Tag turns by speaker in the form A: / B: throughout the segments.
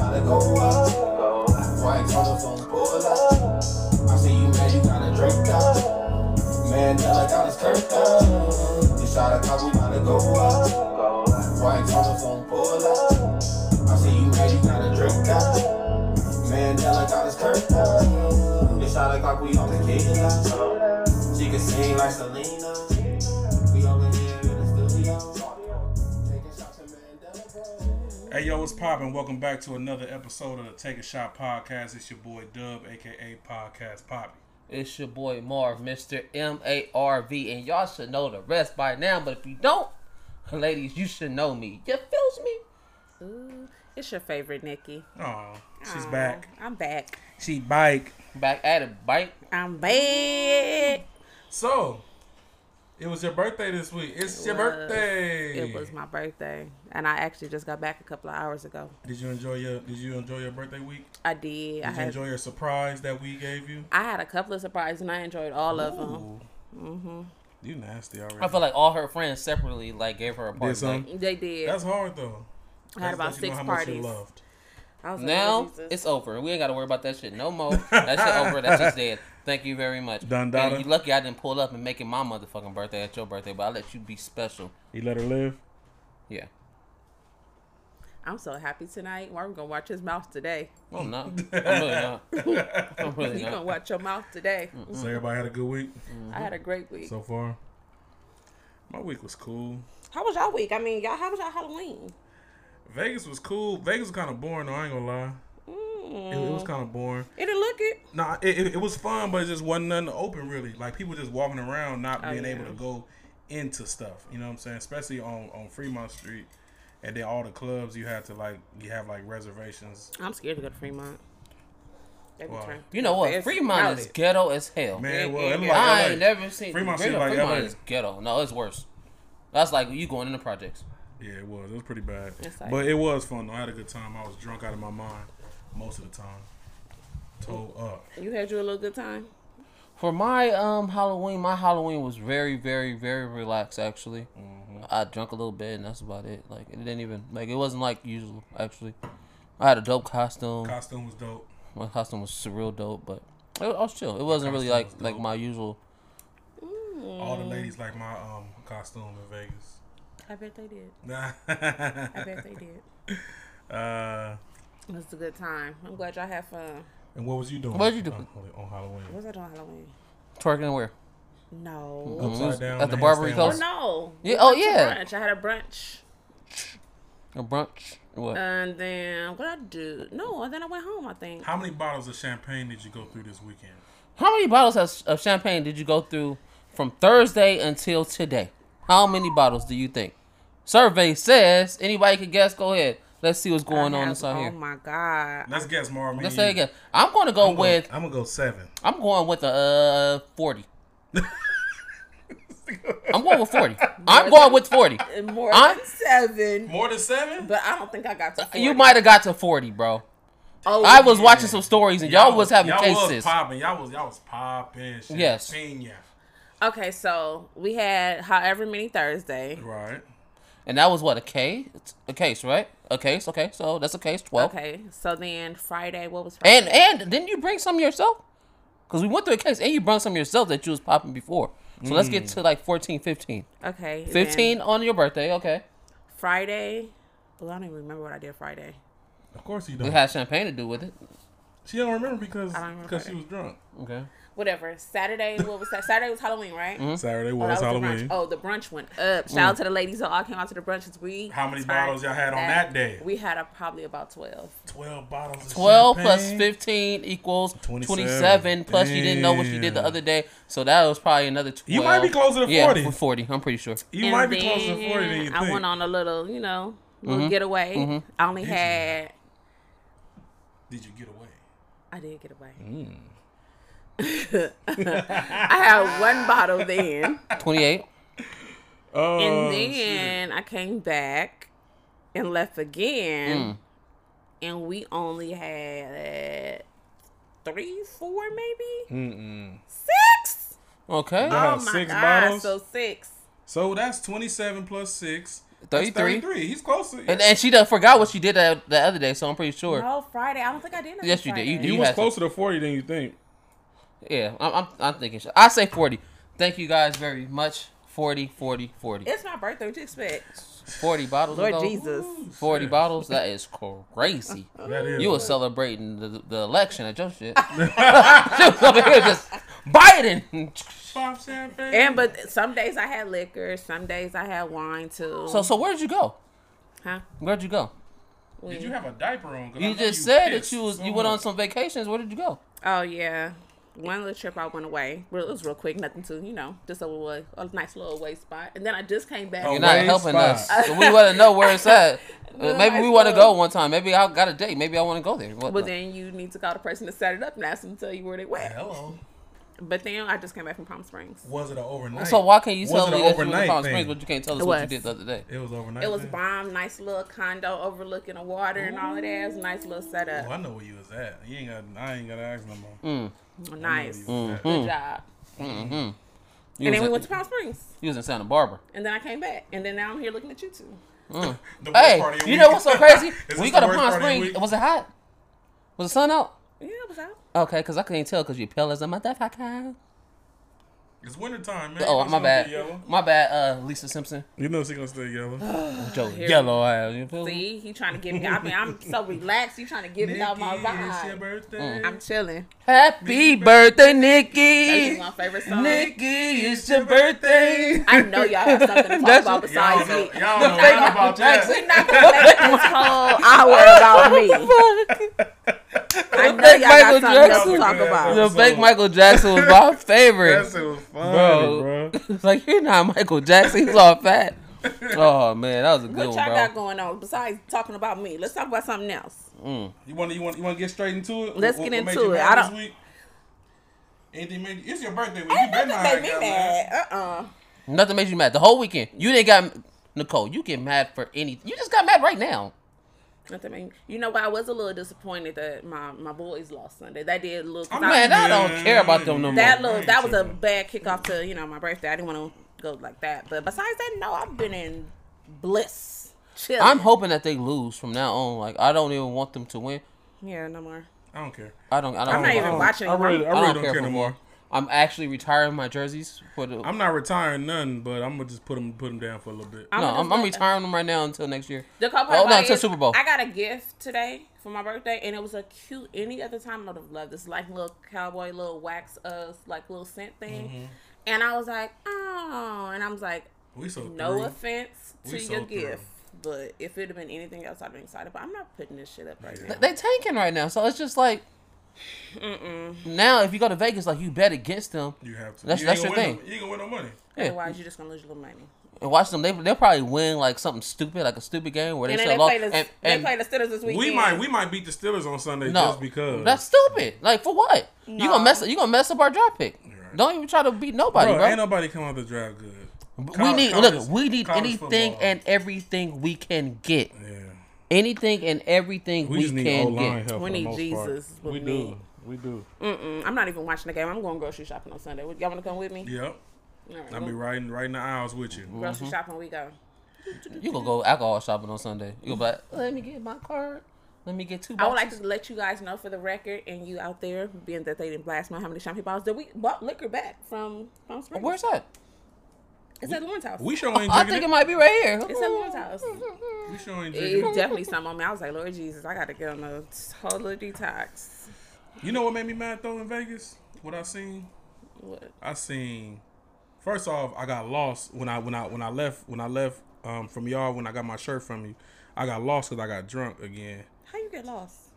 A: go up. White colors on pull up. I see you, man, you kinda draped up. Man, Della got his curved up. You shot a cop, we gotta go up. White colors on pull up. I see you, man, you kinda draped up. Man, Della got his curved up. You shot a cop, we on the cage. She can sing like Selena. We over here in the studio. Taking shots at Mandela, bro.
B: Hey yo, what's poppin'? Welcome back to another episode of the Take a Shot Podcast. It's your boy Dub, aka Podcast Poppy.
C: It's your boy Marv, Mr. M A R V, and y'all should know the rest by now. But if you don't, ladies, you should know me. You feels me?
D: Ooh, it's your favorite Nikki.
B: Oh, she's
D: Aw,
B: back.
D: I'm back.
B: She bike.
C: Back at it, bite.
D: I'm back.
B: So, it was your birthday this week. It's your
D: was.
B: birthday.
D: It was my birthday, and I actually just got back a couple of hours ago.
B: Did you enjoy your Did you enjoy your birthday week?
D: I did. I
B: Did you
D: had,
B: enjoy your surprise that we gave you?
D: I had a couple of surprises, and I enjoyed all of them. Mm-hmm.
B: You nasty already.
C: I feel like all her friends separately like gave her a party.
B: Did some?
C: Like,
D: They did.
B: That's hard though.
D: I had about
B: That's-
D: six
B: that's
D: parties.
B: loved.
D: I was like, oh,
C: now
D: Jesus.
C: it's over. We ain't gotta worry about that shit no more. That shit over. That shit's dead. Thank you very much.
B: Done,
C: And
B: dada.
C: you lucky I didn't pull up and make it my motherfucking birthday at your birthday, but I let you be special.
B: You let her live.
C: Yeah.
D: I'm so happy tonight. Well, I'm gonna watch his mouth today.
C: I'm not. I'm really not. I'm really
D: You gonna
C: not.
D: watch your mouth today?
B: So everybody had a good week
D: I had a great week.
B: so far. My week was cool.
D: how was y'all week? I mean, y'all. How was y'all Halloween?
B: Vegas was cool. Vegas was kind of boring though. I ain't gonna lie. It, it
D: Mm.
B: was kind of boring.
D: It didn't look it.
B: Nah, it, it, it was fun, but it just wasn't nothing open really. Like people just walking around, not
D: Oh,
B: being
D: yeah.
B: able to go into stuff. You know what I'm saying? Especially on on Fremont Street, and then all the clubs you had to like you have like reservations.
D: I'm scared to go to Fremont. They be
B: Wow.
D: turn-
C: You know what?
D: It's
C: Fremont is
D: crowded.
C: ghetto as hell.
B: Man,
D: It-
B: well, it
D: it-
B: look
C: I
B: like
C: ain't
B: LA.
C: never seen
B: Fremont
C: Fremont.
B: seemed like
C: Fremont
B: LA.
C: is ghetto. No, it's worse. That's like you going in the projects.
B: Yeah, it was. It was pretty bad,
D: It's like-
B: but it was fun. Though. I had a good time. I was drunk out of my mind most of the time. Toe up.
D: You had you a little good time.
C: For my um Halloween, my Halloween was very, very, very relaxed. Actually, I drank a little bit, and that's about it. Like it didn't even like it wasn't like usual. Actually, I had a dope costume.
B: Costume was dope.
C: my costume was surreal dope, but it, I was chill. It wasn't really
B: costume
C: like
B: was
C: like
B: dope.
C: my usual.
B: All
D: Mm.
B: the ladies like my um costume in Vegas.
D: I bet they did.
B: Nah.
D: I bet they did.
B: Uh,
D: It was a good time. I'm glad y'all had fun.
B: and what was you doing?
C: What'd you do?
B: on, on Halloween?
D: What was I doing Halloween?
C: Twerking and where?
D: No.
B: Upside down
C: At the
B: handstand
C: Barbary
B: walk.
D: Oh
C: Coast?
D: no.
C: Yeah,
D: We
C: oh,
D: went to
C: Mm-hmm. yeah.
D: Brunch. I had a brunch.
C: A brunch? What?
D: And then what I do? No, and then I went home. I think
B: How many bottles of champagne did you go through this weekend?
C: How many bottles has- of champagne did you go through from Thursday until today? How many bottles do you think? Survey says anybody can guess. Go ahead. Let's see what's going
D: I
C: on
D: had-
C: inside
D: Oh
C: here.
D: my god.
B: Let's guess, Marv. me
C: Let's
B: and
C: say
B: you.
C: again. I'm going to go
B: I'm gonna-
C: with.
B: I'm gonna go seven.
C: I'm going with a uh, forty. I'm going with forty. I'm going with forty.
D: And More
C: I'm-
D: than seven.
B: More than seven?
D: But I don't think I got to. 40.
C: You might have got to forty, bro.
D: Oh,
C: I was watching some stories and y'all, was having
B: y'all Was
C: cases.
B: popping. Y'all was y'all was popping.
C: Yes.
B: Champagne.
D: Oh. Okay, so we had however many Thursday.
B: Right.
C: and that was what a case, a case, right? A case. Okay, so that's a case. Twelve.
D: Okay, so then Friday. What was Friday?
C: And and didn't you bring some yourself? Because we went through a case and you brought some yourself that you was popping before. So let's
B: Mm.
C: get to like 14, 15.
D: okay, then
C: 15 on your birthday, okay.
D: Friday. Well, I don't even remember what I did Friday.
B: Of course you
C: It
B: don't.
C: has champagne to do with it.
B: she don't remember because
D: don't remember.
B: because she was drunk.
C: Okay.
D: whatever. Saturday, what was that? Saturday was Halloween, right?
B: Saturday
D: Oh,
B: was,
D: that was The brunch.
B: Halloween.
D: Oh, the brunch went up. Shout out to the ladies who all came out to the brunch this week.
B: How many bottles y'all had on that day?
D: We had a, probably about twelve.
B: Twelve bottles. Of
C: 12 plus
B: champagne.
C: 15 equals 27.
B: 27.
C: Plus, you didn't know what you did the
B: Damn.
C: other day. So that was probably another 12.
B: You might be closer to
C: yeah,
B: 40.
C: with 40. I'm pretty sure.
B: You
D: And
B: might be closer to
D: then
B: forty than you
D: I
B: think.
D: went on a little, you know, little getaway. I only had.
B: Did you get away?
D: I did get away.
B: Mm.
D: I had one bottle then,
C: 28.
B: Oh,
D: and then I came back and left
C: Mm.
D: again, and we only had three, four, maybe six.
C: Okay.
B: Y'all
D: Oh
B: had
D: my
B: six
D: god!
B: bottles?
D: So six.
B: So that's 27 plus 6. He's
C: 33.
B: 33. He's closer. Yeah.
C: And, and she done forgot what she did that, the other day, so I'm pretty sure.
D: No, Oh, Friday. I don't think I did. nothing
C: Yes, you did. You
D: Friday.
C: did.
B: he
C: you
B: was
C: had to-
B: closer to 40 than you think.
C: Yeah, I'm, I'm, I'm thinking. I say 40. Thank you guys very much. 40, 40, 40.
D: It's my birthday. What you expect?
C: 40 bottles.
D: Lord
C: ago?
D: Jesus.
C: 40 bottles? That is crazy.
B: That is.
C: You were celebrating the, the election at your shit. she was over here just Biden.
B: Pop champagne.
D: And but some days I had liquor. Some days I had wine too.
C: So, so where did you go?
D: huh?
C: Where'd you go?
B: Did you have a diaper on? 'Cause I
C: You
B: know
C: just said that
B: pissed
C: you was
B: so
C: you went on
B: much.
C: some vacations. Where did you go?
D: Oh yeah. One little trip I went away. Real, it was real quick, nothing to you know, just a, little, a nice little away spot. And then I just came back.
B: Oh,
C: You're not
B: Waze
C: helping
B: spot.
C: us. So we want to know where it's at. Uh,
D: No,
C: Maybe
D: I
C: we want to
D: know.
C: go one time. Maybe I got a date. Maybe I want to go there. What
D: But
C: the-
D: then you need to call the person to set it up and ask them to tell you where they went.
B: Hello.
D: But then I just came back from Palm Springs.
B: Was it an overnight?
C: so why can't you
B: Was
C: tell
B: it
C: me
B: an
C: that you was in
B: overnight
C: Palm
B: thing?
C: Springs, but you can't tell us
D: It
C: what you
D: was.
C: did the other day?
B: It was overnight.
D: It was
B: then?
D: bomb, nice little condo overlooking the water and all of that. It was a nice little setup.
B: Oh, I know where you was at. You ain't got. I ain't gotta ask no more.
C: Mm,
D: Nice.
B: I know where you Mm-hmm. was at.
D: Good job.
C: You
D: And
C: was
D: then we
C: in-
D: went to Palm Springs.
C: you was in Santa Barbara.
D: And then I came back. And then now I'm here looking at you two.
B: The worst
C: Hey,
B: part of your
C: you know
B: week.
C: what's so crazy?
B: Is this
C: when you
B: the
C: go to
B: worst
C: Palm
B: part of your
C: Springs,
B: week?
C: was it hot? Was the sun out?
D: Yeah, it was out.
C: Okay, because I couldn't tell because you pale as a motherfucker.
B: It's wintertime, man.
C: Oh,
B: It's
C: my
B: gonna be
C: bad.
B: yellow.
C: My bad, uh, Lisa Simpson.
B: You know she gonna stay yellow.
C: Joe,
D: Here.
C: yellow ass. You feel me?
D: See, he trying to give me. I mean, I'm so relaxed. He trying to give me all my
B: Nikki, it's your
D: vibe.
C: Mm.
B: birthday.
D: I'm chilling.
C: Happy birthday,
D: That's just
C: Nikki.
D: my favorite song.
C: Nikki, it's your birthday.
D: I know y'all have something to talk
C: That's-
D: about
B: Y'all
D: besides
B: know, y'all
D: me.
B: know nothing about that.
D: We're not gonna make this whole hour about me. I know y'all
C: Michael
D: got something
B: Jackson.
D: to talk about.
C: The
B: So-
C: fake Michael Jackson was my
B: That
C: favorite.
B: shit was funny,
C: Bro.
B: bro.
C: It's like you're not Michael Jackson. He's all fat. Oh man, that was a
D: What
C: good
D: y'all
C: one, bro.
D: got going on besides talking about me? Let's talk about something else.
B: You want to you want you want to get straight into it?
D: Let's
B: What-
D: get
B: what made
D: into
B: you
D: it.
B: mad
D: I
B: this
D: don't-
B: week? Anything made you? It's your birthday week. You
D: Ain't
B: been
D: nothing
B: mad.
D: made me mad. Uh uh
C: Nothing made you mad the whole weekend. You didn't got Nicole. You get mad for anything. You just got mad right now.
D: Nothing made me. You know what? I was a little disappointed that my my boys lost Sunday. That did look.
B: I'm
D: I-
C: mad. I don't care about them no
D: that
C: more.
D: little that was a bad kickoff to you know my birthday. I didn't want to go like that. But besides that, no, I've been in bliss. Chill.
C: I'm hoping that they lose from now on. Like I don't even want them to win.
D: Yeah, no more.
B: I don't care.
C: I don't. I don't.
D: I'm not
C: I
D: even
C: don't-
D: watching.
B: I really, I
C: I
B: really
C: don't
B: don't
C: care
B: care no
C: for
B: more.
C: I'm actually retiring my jerseys for the.
B: I'm not retiring none, but I'm gonna just put them put them down for a little bit.
D: I'm
C: no,
D: gonna
C: I'm,
D: just
C: I'm
D: let-
C: retiring them right now until next year.
D: The cool part
C: Oh, no,
D: about it
C: until
D: is
C: Super Bowl.
D: I got a gift today for my birthday, and it was a cute. Any other time, I would have loved this, like little cowboy, little wax, uh, like little scent thing.
B: Mm-hmm.
D: And I was like, oh, and I was like,
B: We so
D: no
B: thrilled.
D: offense to
B: We so
D: your
B: through.
D: gift, but if it would have been anything else, I'd been excited. But I'm not putting this shit up right now.
C: They tanking right now, so it's just like. Now, if you go to Vegas, like you bet against them
B: You have to.
C: That's-
B: you
C: that's
B: ain't
C: your
B: gonna win
C: thing.
B: No, you ain't gonna win no money.
D: Otherwise, you're just gonna lose your little money.
C: and watch them, they they'll probably win like something stupid, like a stupid game where they
D: And then
C: should
D: they
C: have lost.
D: play the
C: and-
D: they
C: and-
D: play the Steelers this weekend.
B: We might we might beat the Steelers on Sunday
C: No,
B: just because.
C: that's stupid. Like for what? You
D: No.
C: gonna mess? You gonna mess up our draft pick?
B: right.
C: Don't even try to beat nobody,
B: bro,
C: bro.
B: Ain't nobody come out the draft good.
C: we
B: Col-
C: need
B: college-
C: look. We need
B: college
C: anything
B: football.
C: and everything we can get.
B: yeah.
C: Anything and everything
B: We,
C: we,
B: just need O line
C: can get.
B: help.
D: We
B: for the
D: need
B: most
D: Jesus
B: Part.
D: with
B: We
D: me.
B: do. We do.
D: Mm-mm, I'm not even watching the game. I'm going grocery shopping on Sunday. Y'all want to come with me?
B: Yep.
D: All right,
B: I'll
D: we'll
B: be riding right Mm-hmm. in the aisles with you.
D: grocery shopping. We go.
C: You gonna go alcohol shopping on Sunday? You gonna be like, let me get my card. Let me get two.
D: I would like
C: boxes."
D: to let you guys know for the record, and you out there, being that they didn't blast my how many champagne bottles, that we bought liquor back from Palm Springs.
C: Where's that?
D: it's at Lauren's house.
B: We sure ain't
C: Oh, I
B: drinking
C: think
B: it.
C: it might be right here.
D: it's at Lauren's house.
B: We sure ain't drinking
D: It's
B: it.
D: definitely something on me. I was like, Lord Jesus, I got to get on a total detox.
B: You know what made me mad though in Vegas? What I seen?
D: What?
B: I seen. First off, I got lost when I when I when I left when I left um, from y'all when I got my shirt from you. I got lost because I got drunk again
D: How you get lost?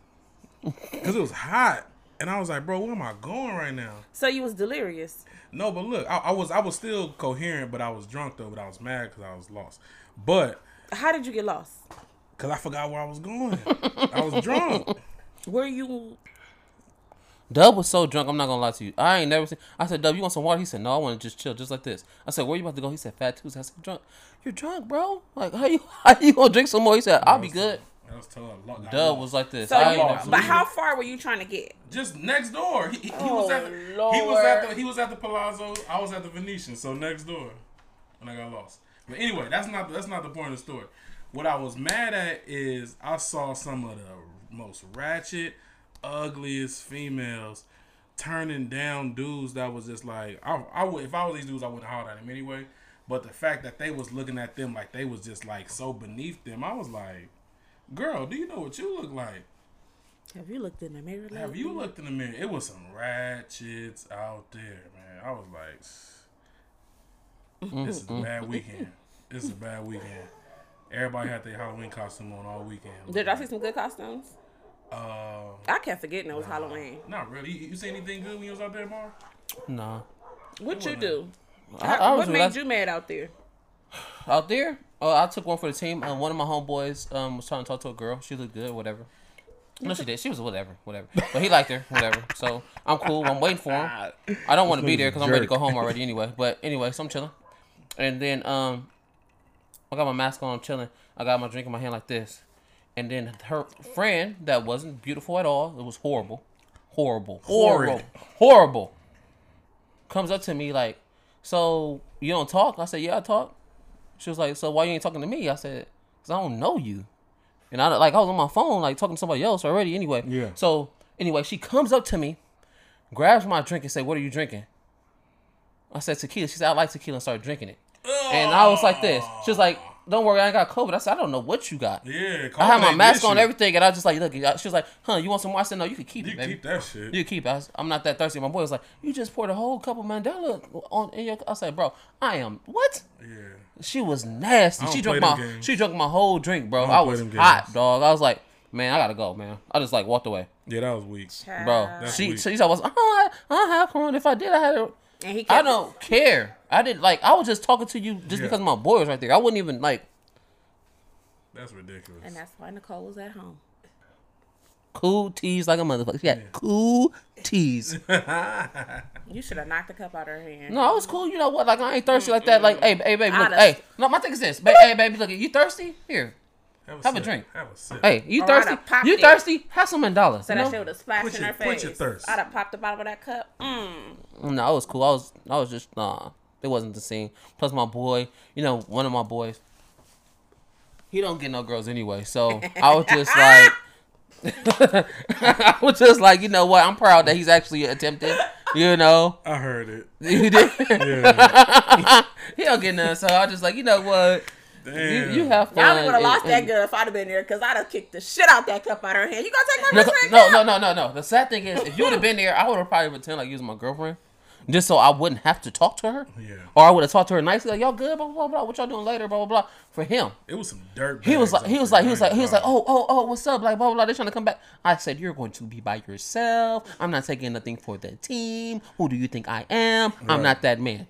B: because it was hot and I was like, bro, where am I going right now?
D: So you was delirious.
B: No, but look, I, I was I was still coherent, but I was drunk though, but I was mad because I was lost. But
D: How did you get lost?
B: because I forgot where I was going, I was drunk.
D: Were you?
C: Dub was so drunk. I'm not gonna lie to you. I ain't never seen. I said, Dub, you want some water? He said, No, I want to just chill, just like this. I said, Where you about to go? He said, Fat Tuesday. I said, Drunk. You're drunk, bro. Like, how you how you gonna drink some more? He said, I'll be good.
B: I was told I lo- I
C: Dub
B: lost.
C: was like this.
D: So
C: I
D: you,
C: ain't never
B: lost.
C: seen
D: but
C: you."
D: how far were you trying to get?
B: just next door. He, he, he
D: Oh,
B: was at the, he was
D: Lord.
B: at the he was at the Palazzo. I was at the Venetian, so next door. And I got lost. But anyway, that's not that's not the point of the story. What I was mad at is I saw some of the most ratchet, ugliest females turning down dudes that was just like I, I would if I was these dudes I wouldn't holler at them anyway. But the fact that they was looking at them like they was just like so beneath them, I was like, "Girl, do you know what you look like?
D: Have you looked in the mirror?
B: Have
D: lately?
B: you looked in the mirror? It was some ratchets out there, man. I was like, this is a bad weekend. This is a bad weekend. Everybody had their Halloween costume on all weekend.
D: Did I see some good costumes?
B: Uh,
D: I kept forgetting it was Halloween.
B: not really. You, you see anything good when you was out there, Mar?
C: Nah.
D: What you do?
C: I, I was
D: what made
C: relaxed-
D: you mad out there?
C: out there. Oh, I took one for the team. Um, one of my homeboys um was trying to talk to a girl. She looked good, whatever. No, she did. She was whatever, whatever. But he liked her, whatever. So I'm cool. I'm waiting for him. I don't want to be there because I'm ready to go home already anyway. But anyway, so I'm chilling. And then um, I got my mask on. I'm chilling. I got my drink in my hand like this. And then her friend that wasn't beautiful at all. It was horrible, horrible,
B: Horrid.
C: horrible, horrible. Comes up to me like, so you don't talk? I said, yeah, I talk. She was like, so why you ain't talking to me? I said, cause I don't know you. And I like I was on my phone like talking to somebody else already anyway.
B: Yeah.
C: So anyway, she comes up to me, grabs my drink and say, "What are you drinking?" I said tequila. She said, "I like tequila," and started drinking it. And I was like this.
B: Oh.
C: She was like, "Don't worry, I ain't got COVID." I said, "I don't know what you got."
B: Yeah,
C: I had my
B: COVID
C: mask on,
B: issue.
C: everything, and I was just like, look. She was like, "Huh? You want some more?" I said, "No, you can keep
B: You
C: it, baby.
B: keep that shit.
C: You keep it." I was, I'm not that thirsty. My boy was like, "You just poured a whole cup of Mandela on in your." I said, "Bro, I am what?"
B: yeah.
C: She was nasty.
B: I don't
C: She drank
B: play
C: my
B: them games.
C: she drank my whole drink, bro.
B: don't
C: I,
B: play
C: was
B: them games.
C: hot, dog. I was like, man, I gotta go, man. I just like walked away,
B: Yeah, that was weak.
C: bro.
B: That's
C: she
B: weak.
C: she was like, oh, I, I have corona. If I did, I had it.
D: And he kept,
C: I don't care. I didn't like. I was just talking to you just
B: Yeah.
C: because my boy was right there. I wouldn't even like.
B: That's ridiculous.
D: And that's why Nicole was at home.
C: Cool tease like a motherfucker. Yeah, cool tease.
D: You should have knocked the cup out of her hand.
C: No, I was cool. You know what? Like I ain't thirsty like that. Like, hey, hey, baby, look,
D: Honest.
C: hey. No, my thing is this. Ba- hey, baby, look, you thirsty? Here,
B: Have,
C: Have a
B: sip.
C: drink.
B: Have a sip.
C: hey, you
D: Or I'd
C: thirsty?
D: have popped
C: You
D: it.
C: thirsty? Have some Mandela.
D: So
C: you
D: that
C: know?
D: shit would have splashed
B: Quench
D: in
B: your-
D: her
B: quench
D: face.
B: your thirst.
D: I'd have popped the bottom of that cup. Mm.
C: No, it was cool. I was I was just nah. It wasn't the scene. Plus my boy, you know, one of my boys. He don't get no girls anyway, so I was just like, I was just like, you know what? I'm proud that he's actually attempting. You know,
B: I heard it.
C: he did.
B: Yeah.
C: he don't get none, so I was just like, you know what? You,
B: Damn.
C: you have fun.
D: Y'all would have
C: and-
D: lost that
C: and-
D: girl if I'd have been there because I'd have kicked the shit out that cup out of her hand. You gonna take my
C: No,
D: drink?
C: no, no,
D: now?
C: no, no, no. The sad thing is, if you would have been there, I would have probably pretended like you was my girlfriend, just so I wouldn't have to talk to her.
B: Yeah.
C: Or I would have talked to her nicely, like, "Y'all good? Blah blah blah. What y'all doing later? Blah blah blah." For him,
B: It was some dirt.
C: he was
B: bags
C: like, he
B: out
C: was
B: there.
C: like, he was
B: I ain't
C: like, he was like,
B: gonna lie.
C: "Oh, oh, oh, what's up?" Like blah blah. blah. They're trying to come back. I said, "You're going to be by yourself. I'm not taking nothing for the team. Who do you think I am? I'm not that man.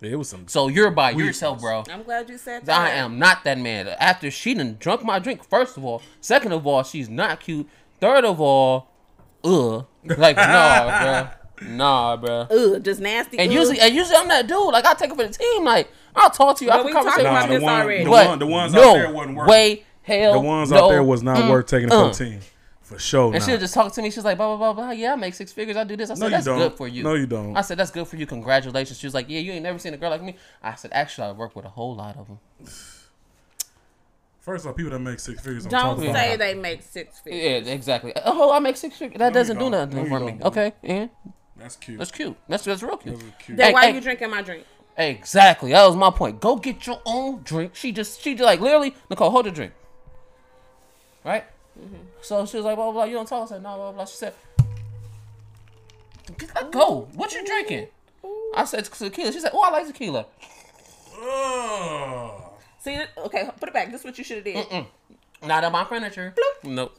B: Yeah, it was some.
C: So you're by
B: Weakness.
C: yourself, bro."
D: I'm glad you said that.
C: I am not that man. After she done drunk my drink, first of all. Second of all, she's not cute. Third of all, ugh. Like, nah, bruh. Nah, bruh.
D: Ugh, just nasty.
C: And
D: ugh.
C: usually, and usually I'm that dude. Like, I'll take it for the team. Like, I'll talk to you. I'll
D: we
C: have a conversation.
D: talked
B: nah, the
D: about this
B: one,
D: already.
B: the,
C: But
B: one, the ones
C: no
B: out there wasn't worth.
C: way, hell,
B: The ones
C: no,
B: out there was not
C: mm,
B: worth taking it
C: uh.
B: for the team, for sure.
C: And
B: not.
C: she was just talking to me. She was like, blah, blah, blah, blah. Yeah, I make six figures. I do this. I said,
B: you
C: that's
B: don't.
C: good for you.
B: No, you don't.
C: I said, that's good for you. Congratulations. She was like, yeah, you ain't never seen a girl like me. I said, actually, I work with a whole lot of them.
B: First off, people that make six figures.
D: Don't
B: I'm
D: say they make six figures.
C: Yeah, exactly. Oh, I make six figures. That
B: you
C: doesn't
B: don't.
C: do nothing
B: No, you
C: for me.
B: don't, bro.
C: Okay, and
B: That's cute.
C: That's cute. That's that's real cute.
B: Those are cute.
D: Then
C: Hey,
D: why
C: hey.
D: you drinking my drink?
C: Exactly. That was my point. Go get your own drink. She just she like literally Nicole hold your drink. Right. So she was like blah blah. blah. You don't talk. I said no blah blah. blah. She said, "Get- "Go. What you drinking?" I said tequila. She said, "Oh, I like tequila."
B: Ugh.
D: See, th- okay, put it back. This is what you should have did.
C: Not on my furniture. Nope.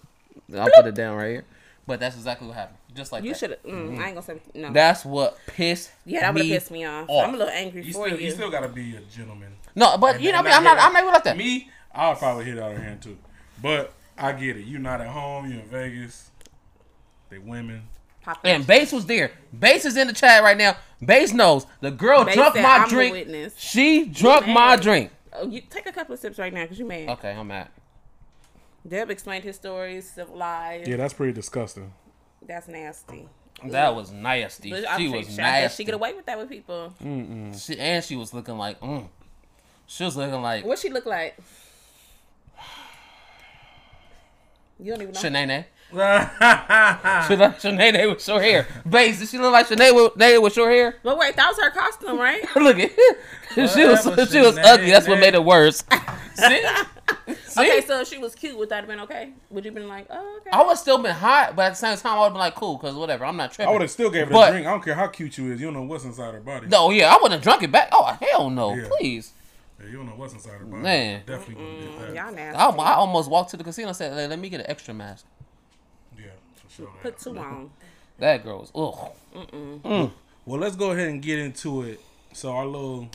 C: I'll put it down right here. But that's exactly what happened. Just like
D: You
C: that.
D: should have. Mm, I ain't gonna say no.
C: That's what pissed.
D: yeah, that would
C: me
D: have pissed me off.
C: off.
D: I'm a little angry
B: You
D: for
B: still,
D: you.
B: you still gotta be a gentleman.
C: No, but you know
B: And
C: what I mean. I'm
B: hear
C: not. I'm not even like that.
B: Me, I'll probably hit out of hand too. But I get it. You're not at home. You're in Vegas. They women.
D: Pop
C: And Bass was there. Bass is in the chat right now. Bass knows the girl
D: Bass
C: drunk
D: said,
C: my
D: "I'm a
C: drink.
D: witness."
C: She drunk
D: You
C: my
D: mad.
C: drink.
D: Oh, you take a couple of sips right now because you mad.
C: Okay, I'm out.
D: Deb explained his stories, civilized.
B: Yeah, that's pretty disgusting.
D: That's nasty.
C: That was nasty.
D: But I'm
C: she
D: pretty
C: was
D: sure I guess
C: nasty. Mm.
D: She get away with that with people.
C: She- and she was looking like, mm. She was looking like
D: What she look like? You don't even know.
C: Shanae.
B: yeah,
C: She looked like Shanae with short hair. Bass, did she look like Shanae with, Shanae with short hair?
D: But wait, that was her costume, right?
C: look at she was
B: Whatever,
C: she was
B: Shanae,
C: ugly. That's what
B: Shanae.
C: made it worse. See, see,
D: Okay, so if she was cute, would that have been okay? Would you have been like, oh, okay.
C: I would still been hot, but at the same time, I would have been like, cool, cause whatever. I'm not
B: I
C: tripping.
B: would have still gave her
C: But-
B: a drink. I don't care how cute you is. You don't know what's inside her body.
C: No, yeah, I wouldn't have drunk it back. Oh hell no,
B: Yeah.
C: please.
B: Yeah, you don't know what's inside her body.
C: Man.
B: definitely wouldn't did that.
D: Mm, Y'all nasty.
C: I, I almost walked to the casino and said, "Hey, let me get an extra mask.
B: Yeah, for sure.
D: Put two on.
C: That girl was ugh.
B: Well, let's go ahead and get into it. So our little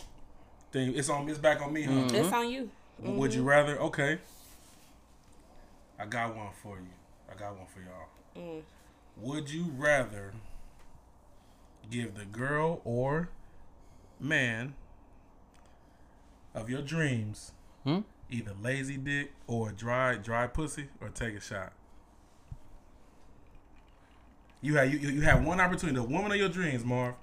B: thing, it's on, it's back on me, huh?
C: Mm-hmm.
D: It's on you.
B: Would you rather? Okay. I got one for you. I got one for y'all. Would you rather give the girl or man of your dreams
C: Hmm?
B: either lazy dick or dry dry pussy or take a shot? You had you, you you had one opportunity, the woman of your dreams, Marv.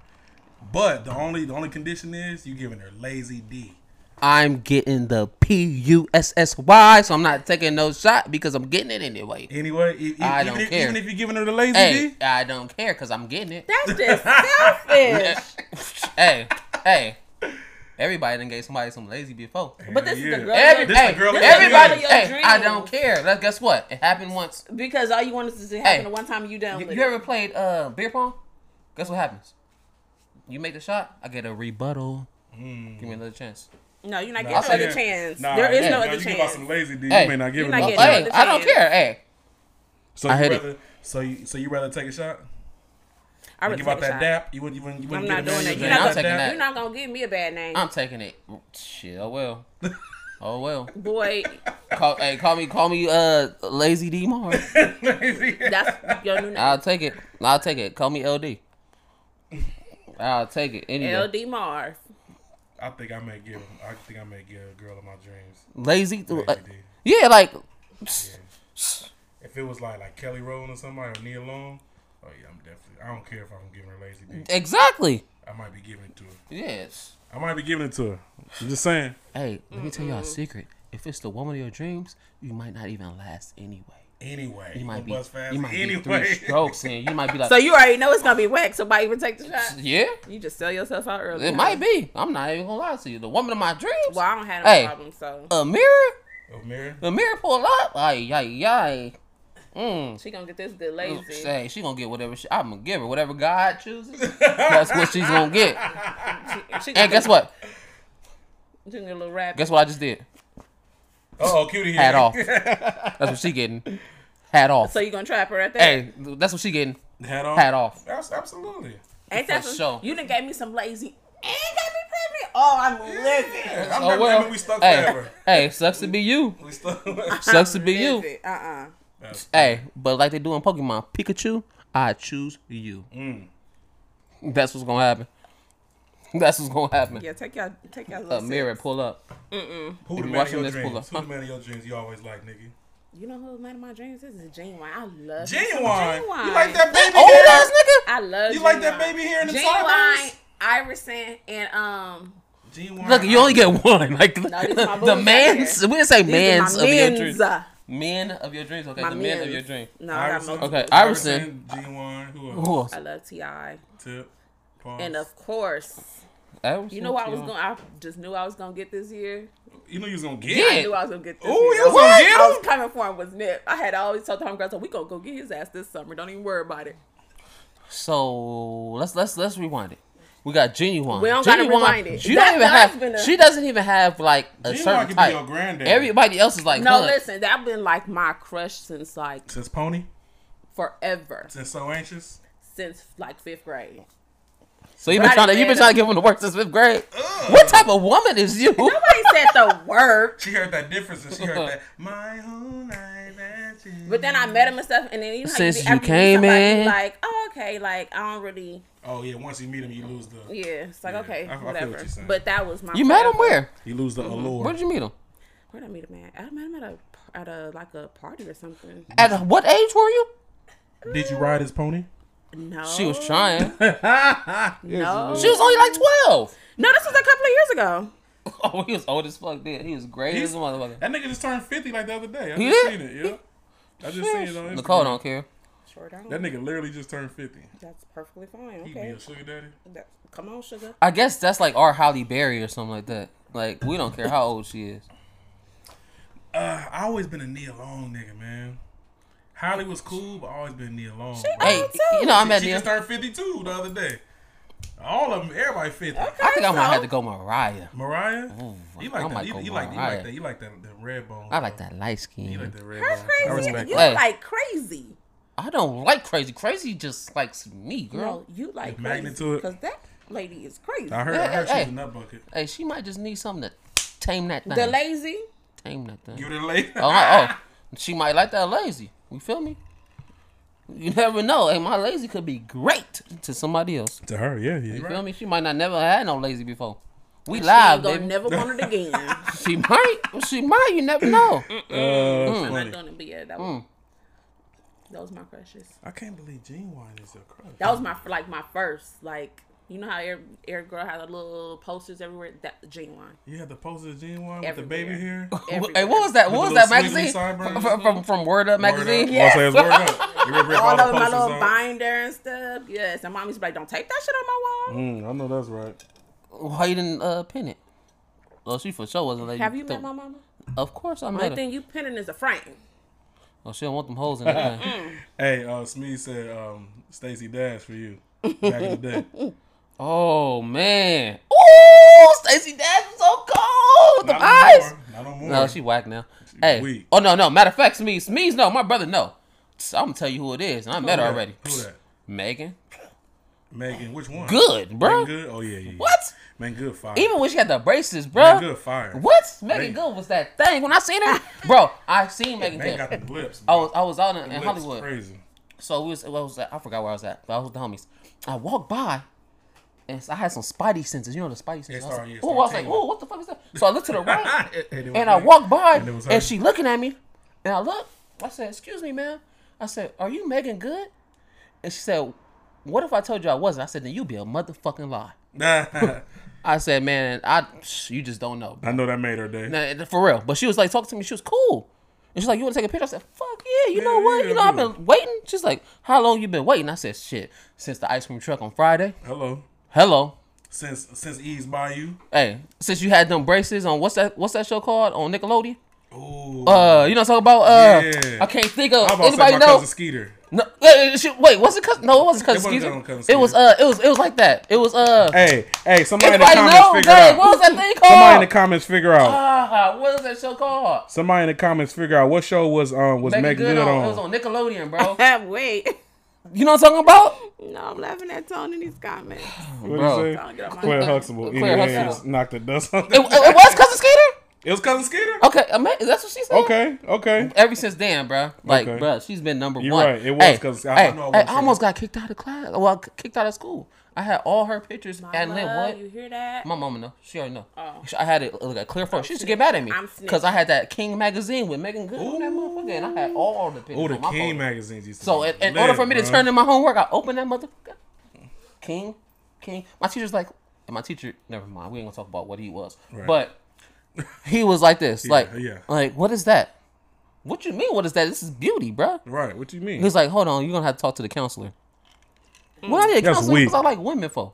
B: But the only the only condition is you giving her lazy D.
C: I'm getting the P U S S Y, so I'm not taking no shot because I'm getting it anyway.
B: Anyway, e- e-
C: I
B: even,
C: don't
B: if,
C: care.
B: even if you're giving her the lazy
C: Hey,
B: D,
C: I don't care because I'm getting it.
D: That's just selfish.
C: hey, hey, everybody done gave somebody some lazy before.
D: But this is the
B: Yeah.
D: girl.
C: Every,
B: This the
C: hey,
B: girl that
C: everybody,
D: you love.
C: hey, I
D: Your
C: don't
D: dreams.
C: care. That, guess what? It happened once.
D: Because all you want is to happen
C: Hey.
D: the one time you done
C: You,
D: with
C: you
D: it.
C: ever played uh, beer pong? Guess what happens? You make the shot, I get a rebuttal. Give me another chance.
D: No, you're not
B: I'll
D: getting
C: say
D: no other
C: that.
D: chance.
B: Nah,
D: there is
B: yeah,
D: no
B: nah,
D: other
B: you give out
D: chance.
B: some lazy D,
C: Hey.
B: you may not give
D: You're
B: it
D: not
B: another
D: getting no
B: shot.
C: Oh, Hey,
D: another
C: I don't
D: chance.
C: care. Hey,
B: So
C: I
B: you
C: hit it.
B: rather, so you so you rather take a shot?
D: I
B: You
D: would
B: give
D: take
B: out
D: a
B: that
D: shot.
B: dap? You wouldn't you wouldn't, you wouldn't
D: I'm
B: get
D: not
B: a
D: doing
B: man
D: that.
B: your
C: You're not
B: dreams
C: gonna-
B: dap?
D: You're not gonna give me a bad name,
C: I'm taking it. Shit, oh well. Oh well.
D: boy.
C: Call, hey, call me, call me, uh, Lazy D Mar.
D: That's your new name.
C: I'll take it. I'll take it. Call me LD. I'll take it. Anyway.
D: LD Marv.
B: I think I may give I think I may give a girl of my dreams.
C: Lazy. uh,
B: D.
C: yeah, like.
B: If it was like like Kelly Rowland or somebody or Nia Long, oh yeah, I'm definitely I don't care if I'm giving her lazy D.
C: Exactly.
B: I might be giving it to her.
C: Yes.
B: I might be giving it to her. I'm just saying.
C: Hey, let me tell y'all a
B: Mm-hmm.
C: secret. If it's the woman of your dreams, you might not even last anyway.
B: Anyway,
C: You might be,
B: bust fast
C: you might be
B: anyway.
C: three strokes in. You might be like,
D: So you already know it's gonna be whack. Somebody even take the shot.
C: yeah,
D: You just sell yourself out early.
C: it might be. I'm not even gonna lie to you. The woman of my dreams,
D: Well, I don't have no
C: Hey.
D: problem. So
C: a mirror,
B: Oh, Mary?
C: a mirror pull up. Ay, ay, ay. Mm.
D: she gonna get this good lazy.
C: Say she gonna get whatever she. I'm gonna give her whatever God chooses. That's what she's gonna get.
D: She gonna
C: And guess what?
D: She gonna get a little rap.
C: Guess what I just did?
B: Oh, cutie here.
C: Hat off. That's what she getting. Hat off.
D: so you gonna trap her at that?
C: hey, that's what she getting.
B: Hat off.
C: Hat off.
B: Abs- Absolutely.
D: Ain't that
C: for sure.
D: some- You done gave me some lazy. And got me pregnant. Oh, I'm living.
B: Yeah, I'm
C: Oh
B: not
C: well.
B: we stuck
C: Hey,
B: forever.
C: hey, sucks to be you.
B: We stuck.
C: Sucks to be you.
D: Uh uh
B: That's-
C: Hey, but like they do in Pokemon, Pikachu, I choose you.
B: mm.
C: That's what's gonna happen. That's what's gonna happen.
D: Yeah, take y'all, take y'all.
C: A
D: little
C: mirror,
D: sip.
C: pull up.
B: Who the
C: you
B: man of
C: watching
B: your
C: this, pull
B: dreams?
C: up.
B: Who the man of your dreams you always like, nigga?
D: You know who man of my dreams is? Is Genuine. I love you.
B: Genuine.
D: Genuine.
B: You like that baby
C: Old ass
B: hair?
C: Oh, nigga.
D: I love
B: You like that
D: Genuine.
B: baby hair in the
D: Genuine,
B: sideburns?
D: Iverson, and um,
B: Genuine.
C: Look, you only get one. Like
D: these my boobs
C: the
D: right
C: man's.
D: here.
C: we didn't say
D: these are
C: man's
D: my
C: of your
D: men's,
C: dreams.
D: uh,
C: Men of your dreams. Okay,
D: My
C: the men of
D: men's.
C: your dream.
D: No, I got
B: Iverson.
D: multiple.
C: Okay, Iverson.
B: Iverson. Genuine. Who else?
C: Who else?
D: I love Ti,
B: Tip. Pause.
D: and of course,
C: Iverson,
D: you know what I was
C: Tion.
D: going. I just knew I was gonna get this year.
B: You know you was gonna get.
D: I
C: Yeah.
D: knew I was gonna get this.
B: Ooh,
D: year.
B: you was gonna get
D: I
B: him?
D: was coming for him was Nip. I had always told the homegirls, "So we gonna go get his ass this summer. Don't even worry about it."
C: So let's let's let's rewind it. We got genuine.
D: We don't gotta
C: genuine.
D: rewind it.
C: She
D: That's
C: don't even
D: my
C: have.
D: husband.
C: She doesn't even have like a
B: Genuine
C: certain
B: could be
C: type.
B: your granddaddy.
C: Everybody else is like.
D: No,
C: huh.
D: listen, that been like my crush since like
B: Since Pony.
D: forever,
B: Since so anxious.
D: since like fifth grade.
C: So you've
D: But
C: been
D: I
C: trying to
D: didn't
C: you've been
D: say that.
C: trying to give him the work since fifth grade. What type of woman is you?
D: Nobody said the word.
B: She heard that difference, and she heard that my whole life at you.
D: But then I met him and stuff, and then you know, how
C: Since
D: be-
C: you
D: after meet
C: came
D: somebody, you
C: in.
D: like, oh, okay, like I don't really,
B: Oh yeah, once you meet him, you lose the
D: yeah, it's like
B: Yeah,
D: okay,
B: I- I feel what
D: whatever.
B: you're saying.
D: but that was my.
C: You met him
D: forever.
C: where?
B: you lose
D: Oh.
B: the allure.
C: Where did you meet him?
D: Where did I meet him at? I met him at a at a like a party or something.
C: At what age were you?
B: Did you ride his pony?
D: No,
C: She was trying.
B: yeah,
D: No,
C: She was only like twelve.
D: no, this was a couple of years ago.
C: oh, he was old as fuck. Then he was great
B: He's-
C: as a motherfucker.
B: That nigga just turned 50 like the other day. I
C: He
B: just
C: did?
B: seen it, yeah. I just seen it on Instagram.
C: Nicole don't care.
D: Sure don't.
B: That nigga literally just turned 50.
D: That's perfectly fine.
B: He
D: Okay.
B: be a sugar daddy.
D: That- come on, sugar.
C: I guess that's like our Holly Berry or something like that. Like we don't care how old she is.
B: Uh, I always been a Nia Long nigga, man. Holly was cool, but I always been Nia Long. bro.
C: Hey,
D: old too.
C: you know I'm at
B: she
C: the.
B: just turned 52 the other day. All of them, everybody 50.
C: I think I might
D: So-
C: have to go Mariah.
B: Mariah,
C: Ooh,
B: you like
C: I
B: that?
C: might
B: You,
C: go
B: you like you
C: Mariah.
B: like that? You like that? That red bone.
C: I like that light skin.
B: You like that red
D: That's
B: bone.
D: crazy.
B: I respect
D: you
B: that.
C: that.
D: like crazy.
C: I don't like crazy. Crazy just likes me, girl.
D: No, you like
B: There's magnet to it.
D: Because that lady is crazy.
B: I heard, I heard
C: Hey,
B: she was
C: hey.
B: in that bucket.
C: Hey, she might just need something to tame that thing.
D: The lazy.
C: tame that thing.
B: Give it a lay.
C: Oh, I- oh, she might like that lazy. You feel me? You never know. Hey, my lazy could be great to somebody else.
B: to her, yeah, yeah.
C: You feel me? She might not never had no lazy before. We
D: I'm
C: live,
D: gonna
C: baby.
D: never want it again.
C: She might. She might. You never know.
D: Mm,
B: Uh,
D: I'm not
B: funny.
D: doing it, but yeah, that was, that was my crushes.
B: I can't believe Gene Wine is your crush.
D: That was my like my first like. You know how every, every girl had a little posters everywhere? That genuine.
B: you had the poster of Gene Wine with the
D: Everywhere.
B: baby hair.
C: hey, what was that?
B: With
C: What was
B: the
C: that
B: little
C: magazine?
B: squiggly
C: From,
B: sideburns.
C: from, from, Word Up
B: Word up.
C: magazine?
B: Well, I say it's word up. You rip- rip all
D: All
B: the
D: over my
B: posters
D: little
B: off.
D: binder and stuff. Yes, and mom used to be like, "Don't take that shit on my wall."
B: Mm, I know that's right.
C: Why you didn't uh, pin it? Well, she for sure wasn't
B: Mm.
C: letting
D: Have you met
C: th-
D: my mama?
C: Of course I
D: Only
C: met her.
D: thing you pinning is a frame.
C: Oh, she don't want them holes in that thing.
B: Hey, uh, Smee said um, Stacy Dash for you back in the day.
C: Oh man. Ooh, Stacy Dash was so cold
B: Not
C: with them
B: no
C: eyes.
B: more. Not no more.
C: No, she whack now. Hey.
B: weak.
C: Oh no, no. Matter of fact, Smeeze. Smeeze, no, my brother, no. I'm gonna tell you who it is, and I met her
B: Who that?
C: already.
B: Who that?
C: Megan.
B: Megan, which one?
C: Good,
B: Man
C: bro.
B: good? Oh, yeah, yeah. yeah.
C: What?
B: Man, good fire.
C: Even when she had the braces,
B: Man,
C: bro.
B: good fire.
C: What? Megan
B: Man.
C: Good was that thing. When I seen her, bro, I seen Megan
B: Man got
C: Good.
B: the lips.
C: I was I was out Oh, in, in
B: Lips
C: Hollywood.
B: Crazy.
C: So we was, what was that? I forgot where I was at, but I was with the homies. I walked by, and I had some spidey senses. You know the spidey senses. I was
B: start-
C: like,
B: yeah,
C: "Ooh," I was
B: start
C: like,
B: tingling.
C: "Ooh, what the fuck is that?" So I looked to the right,
B: it was
C: and I
B: like-
C: walked by,
B: And it was
C: and,
B: her.
C: she looking at me, and I look. I said, "Excuse me, ma'am." I said, "Are you Megan Good?" And she said, "What if I told you I wasn't?" I said, "Then you be a motherfucking lie." I said, "Man, I you just don't know."
B: I know that made her day.
C: Nah, for real. But she was like talking to me. She was cool. And she's like, "You want to take a picture?" I said, "Fuck yeah! You know
B: Yeah,
C: what?
B: yeah,
C: you know I've
B: do it."
C: been waiting." She's like, "How long you been waiting?" I said, "Shit, since the ice cream truck on Friday."
B: Hello.
C: Hello,
B: Since since Ease by you.
C: hey, since you had them braces on what's that? What's that show called on Nickelodeon?
B: Ooh.
C: Uh, you know what I'm talking about? Uh,
B: Yeah.
C: I can't think
B: I'm
C: of
B: about to say
C: anybody
B: my
C: know.
B: cousin Skeeter.
C: No, wait, wait, shit, wait, what's it? Cousin? No, it wasn't cousin.
B: wasn't
C: Skeeter.
B: on Cousin
C: It was
B: Skeeter.
C: uh, it was it was like that. It was uh,
B: Hey, hey, somebody in the
C: anybody
B: comments
C: know?
B: figure it
C: Dang,
B: out.
C: what was that thing
B: Somebody in the
C: called?
B: comments figure out.
C: Ah, what was that show called?
B: Somebody in the comments figure out what show was um was
C: Megan
B: Megan Good,
C: It was
B: on.
C: on Nickelodeon, bro.
D: Wait,
C: you know what I'm talking about?
D: no, I'm laughing at Tony in these comments.
B: What
C: Bro.
B: did you
D: Don't
B: say?
D: get on my
B: Claire
D: nerves.
B: Huxtable.
C: Claire
B: Either hand
C: Huxtable.
B: just knocked the dust on
C: It, Oh, it, it was cousin Skeeter.
B: It was cousin Skeeter.
C: Okay, I mean, that's what she said.
B: Okay, okay.
C: Ever since then, bro, like,
B: Okay.
C: bro, she's been number
B: You're
C: one.
B: right, it was
C: Hey,
B: 'cause I- I know
C: hey,
B: I
C: hey, I,
B: wasn't
C: almost got kicked out of class. Well, kicked out of school. I had all her pictures at
D: Mama, you
C: Linwood.
D: hear that?
C: My mama know. She already know.
D: Oh.
C: She- I had it like a clear photo. She used to get mad at me
D: I'm
C: because I had that King magazine with Megan Good on that
B: Ooh.
C: motherfucker, and I had all the pictures.
B: Oh, the
C: on my
B: King
C: phone.
B: magazines. Used to
C: So
B: be
C: in, in
B: lit,
C: order for me to
B: bruh.
C: turn in my homework, I open that motherfucker. King, King. My teacher's like, and my teacher. Never mind. We ain't gonna talk about what he was,
B: Right.
C: but he was like this, like,
B: yeah.
C: like what is that? What you mean? What is that? This is beauty, bruh.
B: right, what you mean?
C: He was like, hold on, you're gonna have to talk to the counselor. Well, I need a
B: That's
C: counselor
B: weak.
C: because I like women for.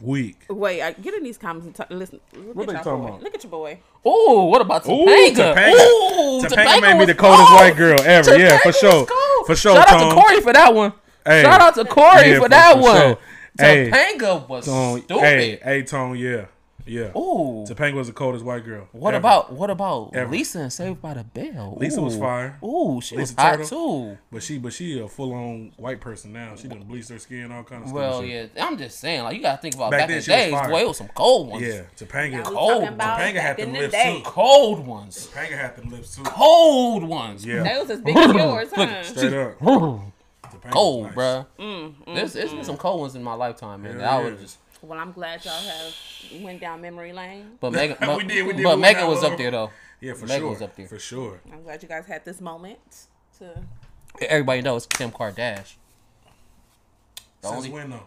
B: Weak.
D: Wait, I get in these comments and t- listen. Look
B: What
D: at
B: they
D: y'all
B: talking
D: boy.
B: about?
D: Look at your boy.
C: Oh, what about
B: Ooh,
C: Topanga?
B: Topanga.
C: Ooh,
B: Topanga made me
C: was
B: the coldest
C: cold.
B: white girl ever. yeah, for
C: Topanga
B: sure.
C: was cold.
B: For sure,
C: Shout out
B: Tone.
C: to Corey for that one.
B: Hey.
C: Shout out to Corey
B: Yeah,
C: for,
B: for-
C: that
B: for
C: one.
B: sure. Hey.
C: Topanga was
B: Tone,
C: stupid.
B: hey, hey, Tone, yeah. Yeah.
C: Ooh.
B: Topanga was the coldest white girl.
C: What
B: ever.
C: about what about
B: Ever.
C: Lisa and Saved by the Bell?
B: Lisa was
C: Ooh.
B: fire.
C: Ooh, she
B: Lisa
C: was hot
B: Turtle.
C: too.
B: But she, but she a full on white person now. She done bleached her skin, all kind of stuff.
C: Well, yeah, I'm just saying. Like you gotta think about
B: Back
C: back,
B: then
C: in the
B: she was
C: days,
B: fire.
C: boy. It was some cold ones.
B: yeah. Topanga,
D: we
B: Topanga
C: cold.
D: talking about
B: Topanga had
D: back
B: them
D: in the
B: lips,
D: day.
B: too.
C: Cold ones.
B: had them lips too.
C: Cold ones.
B: Yeah.
D: Nails as big as yours,
C: Look,
D: huh?
B: Straight up. Topanga was
C: Cold,
B: nice.
C: bruh. There's, there's been some cold ones in my lifetime, man. that I
B: yeah.
C: would just.
D: Well, I'm glad y'all have went down memory lane.
C: But Megan, but,
B: We did, we did,
C: but
B: we
C: Megan
B: got
C: was up
B: over.
C: there though.
B: Yeah, for
C: Megan
B: sure.
C: was up there.
B: For sure.
D: I'm glad you guys had this moment to.
C: Everybody knows Kim Kardashian. The
B: Since
C: only-
B: when though?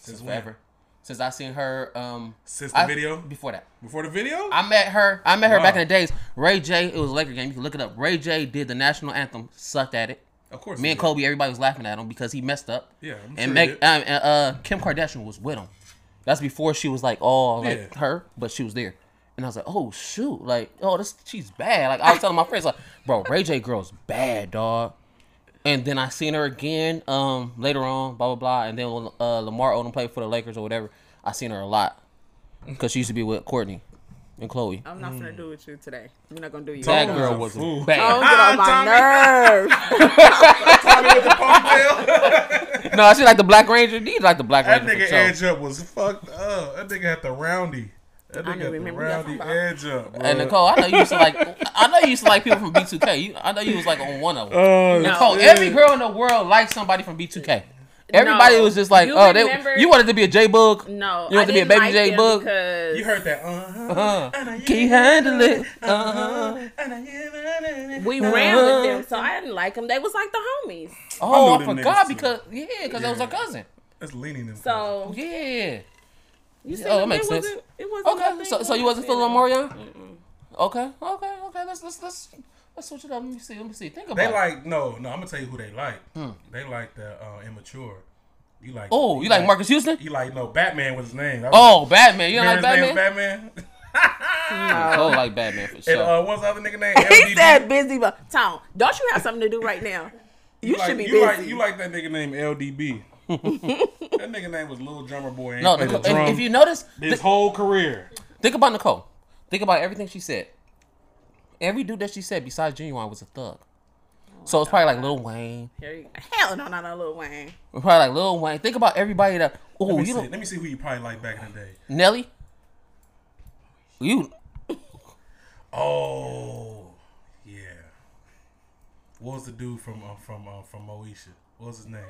B: Since when?
C: forever. since I seen her. Um,
B: Since the
C: I-
B: video?
C: before that,
B: Before the video?
C: I met her. I met her back in
B: Wow.
C: the days. Ray J. It was a Laker game. You can look it up. Ray J. did the national anthem. Sucked at it.
B: of course.
C: Me
B: he
C: and
B: did.
C: Kobe, everybody was laughing at him because he messed up.
B: Yeah, I'm sure
C: and
B: he
C: Meg, um,
B: did.
C: and, uh, Kim Kardashian was with him. That's before she was like all like
B: Yeah.
C: her, but she was there. And I was like, oh shoot, like oh this she's bad. Like I was telling my friends like, bro, Ray J girl's bad, dog. And then I seen her again um later on, blah blah blah. And then when uh, Lamar Odom played for the Lakers or whatever, I seen her a lot because she used to be with Courtney and Chloe.
D: I'm not gonna do it with you today. You're not gonna do it.
C: That
B: Tommy's
C: girl
B: a
C: was
B: fool.
D: Don't
C: bad.
D: get on my
B: Tommy.
D: nerves.
B: Tommy with the ponytail.
C: no, she like the Black Ranger. She like the Black
B: that
C: Ranger. for
B: nigga
C: sure.
B: edge up was fucked up. That nigga had the roundy. That
D: don't
B: nigga had the
D: remember that
B: roundy
D: from-
B: edge up.
C: And
B: bruh.
C: Nicole, I know you used to like. I know you used to like people from B2K. You, I know you was like on one of them.
B: Oh,
C: Nicole,
B: shit.
C: every girl in the world likes somebody from B2K. Everybody
D: No.
C: was just like,
D: You
C: oh, they,
D: remember-
C: you wanted to be a J Bug.
D: No,
C: You want to
D: I
C: be a
D: didn't
C: Baby
D: like
C: J
D: them
C: Bug?
D: because
B: You heard that? Uh huh.
C: Uh, can you handle it? Uh-huh.
D: we ran with them, so I didn't like them. They was like the homies.
C: Oh, I
B: them niggas
C: forgot
B: too.
C: because yeah, because that was
B: Yeah.
C: her cousin.
B: That's leaning in.
D: So
C: Yeah.
D: you see,
C: Oh, that
D: it
C: makes sense.
D: wasn't- It wasn't
C: Okay.
D: nothing
C: So, so you wasn't still on Marion? Okay. Okay. Okay. Let's let's let's let's switch it up. Let me see. Let me see. Think about.
B: They
C: it.
B: like no, no. I'm gonna tell you who they like. They like the uh, immature. You like?
C: Hmm. Oh, you like Marcus Houston?
B: You like no Batman was his name. That was-
C: Oh, Batman. You don't like
B: remember his
C: Batman?
B: name was Batman.
C: I don't like Batman for
B: and
C: sure.
B: uh, what's the other nigga name?
D: He
B: LDD.
D: said busy, but Tom, don't you have something to do right now? You,
B: like,
D: should be
B: you
D: busy.
B: Like, you like that nigga named LDB. that nigga name was Lil Drummer Boy. and
C: No,
B: he played the
C: Nicole, if,
B: drum
C: if you notice,
B: his whole career.
C: Think about Nicole. Think about everything she said. Every dude that she said besides Genuine was a thug. So it's probably like Lil Wayne.
D: Here you go. Hell no, no, no, Lil Wayne.
C: It's probably like Lil Wayne. Think about everybody that. Oh,
B: Let me,
C: you
B: see,
C: don't,
B: let me see who you probably like back in the day.
C: Nelly. You
B: Oh, yeah. What was the dude from uh, from uh, from Moesha? What was his name?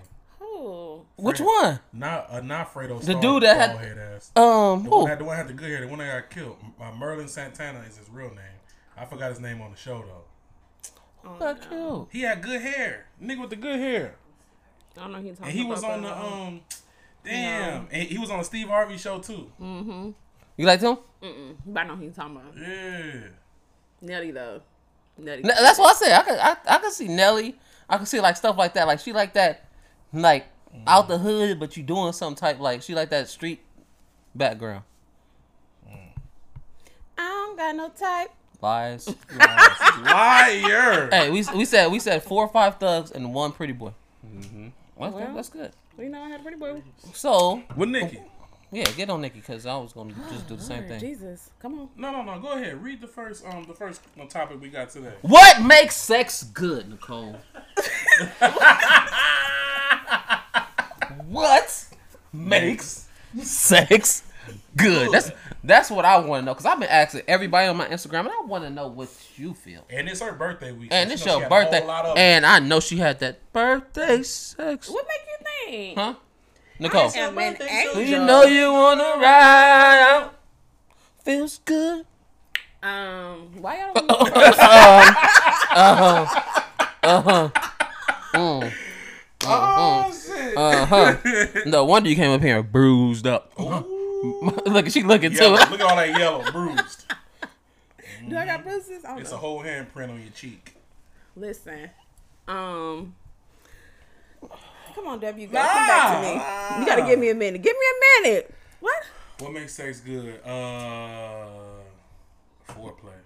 D: Oh,
C: which
B: Fred.
C: one?
B: Not uh, not Fredo.
C: The
B: Starr,
C: dude that had-
B: bald-head ass.
C: Um,
B: The one
C: who?
B: that, the one that had the good hair, the one that got killed. Uh, Merlin Santana is his real name. I forgot his name on the show though.
C: Fuck you.
B: He had good hair, nigga with the good hair,
D: I don't know. He talking
B: and he was
D: about,
B: on the
D: but,
B: um, damn, and he was on Steve Harvey show too.
C: You like them? um,
D: But I know who you talking about.
B: Yeah,
C: Mm.
D: Nelly though. Nelly.
C: N- That's what I said. I could I, I could see Nelly. I could see like stuff like that. Like she like that, like out the hood, but you doing some type like she like that street background.
D: I don't got no type.
C: Lies.
B: liar.
C: Hey, we, we said we said four or five thugs and one pretty boy.
B: Mm-hmm.
C: Well, that's,
D: Well.
C: that's good.
D: You know I had a pretty boy.
C: So
B: With Nikki.
C: yeah, get on Nikki because I was gonna just do the same
D: Oh,
C: thing.
D: Lord, Jesus, come on.
B: No, no, no. Go ahead. Read the first um the first topic we got today.
C: What makes sex good, Nicole? what makes sex good? That's that's what I want to know because I've been asking everybody on my Instagram and I want to know what you feel.
B: And it's her birthday week.
C: And
B: so
C: it's
B: she know
C: your
B: she had a whole
C: birthday,
B: lot of-
C: and I know she had that birthday sex,
D: What make you think?
C: huh? Nicole,
D: I am an
C: Do
D: angel.
C: you know you wanna ride out? Feels good.
D: Um, why y'all?
B: Oh shit.
C: Uh huh. No wonder you came up here bruised up. Look, she looking
B: Yellow.
C: too.
B: Look at all that yellow, bruised.
D: do I got bruises? I don't
B: It's
D: know.
B: a whole handprint on your cheek.
D: Listen, um, come on, W. You gotta come back to me. You gotta give me a minute. Give me a minute. What?
B: What makes sex good? Uh, foreplay.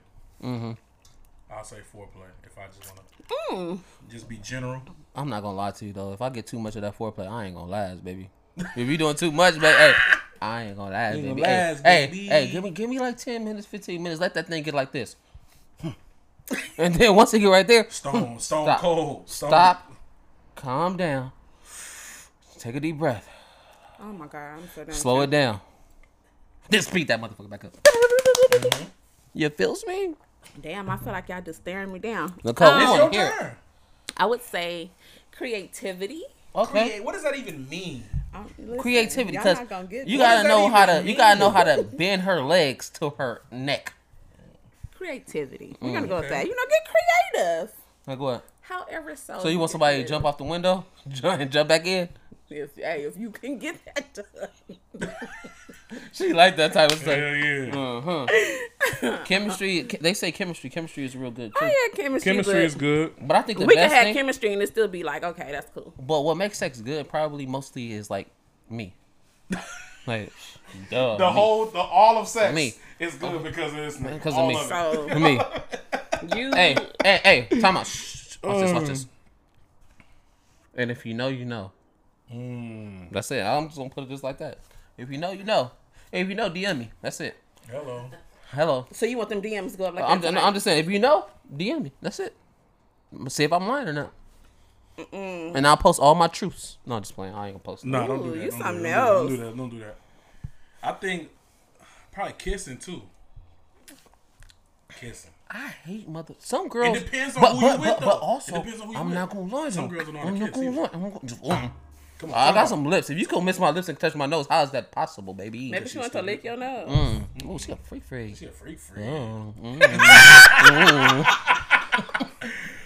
B: Mm-hmm. I'll say foreplay if I just want to
D: Mm.
B: just be general.
C: I'm not gonna lie to you though. If I get too much of that foreplay, I ain't gonna last, baby. If you doing too much, baby, hey, I ain't gonna last,
B: Ain't
C: baby.
B: gonna
C: Hey,
B: last,
C: hey,
B: baby.
C: hey, give me, give me like ten minutes, fifteen minutes. Let that thing get like this, and then once it get right there,
B: Stone, stone
C: Stop.
B: cold. Stone.
C: stop, calm down, take a deep breath,
D: Oh my God, I'm so done.
C: slow it down, then speed that motherfucker back up. You feels me?
D: Damn, I feel like y'all just staring me down.
C: Nicole, we
B: It's
C: wanna
B: your
C: hear it.
B: turn.
D: I would say creativity.
C: Okay.
B: Create- What does that even mean?
D: Um, listen,
C: creativity
D: y'all
C: because
D: not gonna get
C: you
B: What
D: this.
B: does that
C: gotta know
B: even
C: how to you
B: mean?
C: gotta know how to bend her legs to her neck.
D: creativity.
C: Mm,
D: We're gonna go with
B: Okay.
D: that. You know, get creative.
C: Like what?
D: However, so
C: So you want somebody to jump off the window, jump, jump back in?
D: If, hey, if you can get that done.
C: she like that type of stuff.
B: Hell yeah.
C: Uh huh. chemistry. che- They say chemistry. Chemistry is real good
D: Oh
C: too.
D: yeah, chemistry.
B: Chemistry
D: good.
B: is good.
C: But I think the
D: We could
C: best
D: have
C: thing.
D: chemistry and it still be like, okay, that's cool.
C: but what makes sex good probably mostly is like me. like, duh.
B: The
C: me.
B: whole, the all of sex
C: Me.
B: is good Uh-huh. because of this nigga.
C: Because of
B: all
C: me.
B: of it.
D: So
C: me.
D: you,
C: Hey, hey, hey! Time out. Shh. Watch this. Watch this. And if you know, you know. That's it. I'm just gonna put it just like that. If you know, you know. If you know, DM me. That's it.
B: Hello.
C: Hello.
D: so you want them DMs to go up like
C: I'm,
D: that?
C: I'm just saying, if you know, DM me. That's it. I'ma See if I'm lying or not. And I'll post all my truths. No, I'm just playing. I ain't gonna post.
B: No,
D: Ooh,
B: don't do that.
D: you
B: don't
D: something
B: do that. Don't
D: else.
B: do that. Don't do that. I think probably kissing too. Kissing.
C: I hate mother. Some girls.
B: depends on
C: but,
B: who
C: but,
B: you
C: but,
B: with,
C: But
B: though.
C: also,
B: It depends on who you
C: I'm
B: with.
C: not gonna lie.
B: Some
C: though.
B: girls don't know how
C: I'm
B: to
C: not
B: kiss
C: gonna
B: either.
C: lie. I'm gonna. Just, mm.
B: Come
C: I
B: come
C: got some lips. If you could miss my lips and touch my nose, how is that possible, baby?
D: Maybe she wants to lick your nose.
C: Mm. Oh, she got free free.
B: She a freak, freak.
C: Mm, mm.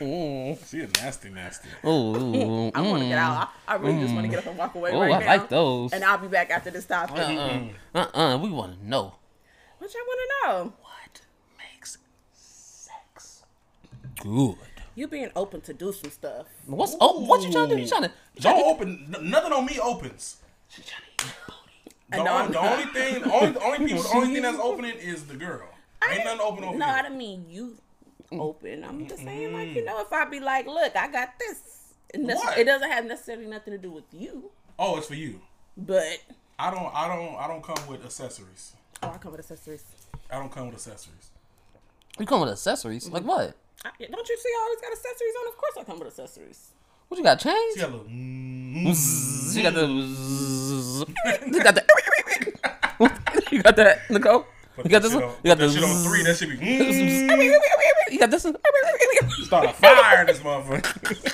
B: She a nasty, nasty.
C: Oh, ooh,
D: I want to
C: mm.
D: get out. I, I really just want to get up and walk away
C: Oh,
D: right
C: I
D: now.
C: like those.
D: And I'll be back after this topic.
C: Uh uh. Uh uh. We want to know
D: What y'all want to know?
C: what makes sex good.
D: You being open to do some stuff.
C: What's oh? What you trying to do? You trying to? You trying
B: Don't
C: to,
B: open. n- Nothing on me opens.
C: you trying to eat my booty.
B: The,
D: No,
B: on-
D: I'm
B: the
D: not.
B: only thing, the only, the only people, the only thing that's opening is the girl. Ain't nothing open over
D: No, I
B: here.
D: don't mean you open. I'm just saying, like you know, if I be like, look, I got this. And that's-
B: What?
D: It doesn't have necessarily nothing to do with you,
B: Oh, it's for you.
D: but
B: I don't, I don't, I don't come with accessories.
D: oh, I come with accessories.
B: I don't come with accessories.
C: You come with accessories? Like what?
D: I, don't you see? I always got accessories on. Of course, I come with accessories.
C: What you got? Chains?
B: She got a little.
C: Zzz, You got the. zzz. You got the. You got that, Nicole. You got this one. You got
B: that
C: the.
B: shit on three. That
C: zzz.
B: should be. Mm,
C: You got this one.
B: start a fire in this motherfucker.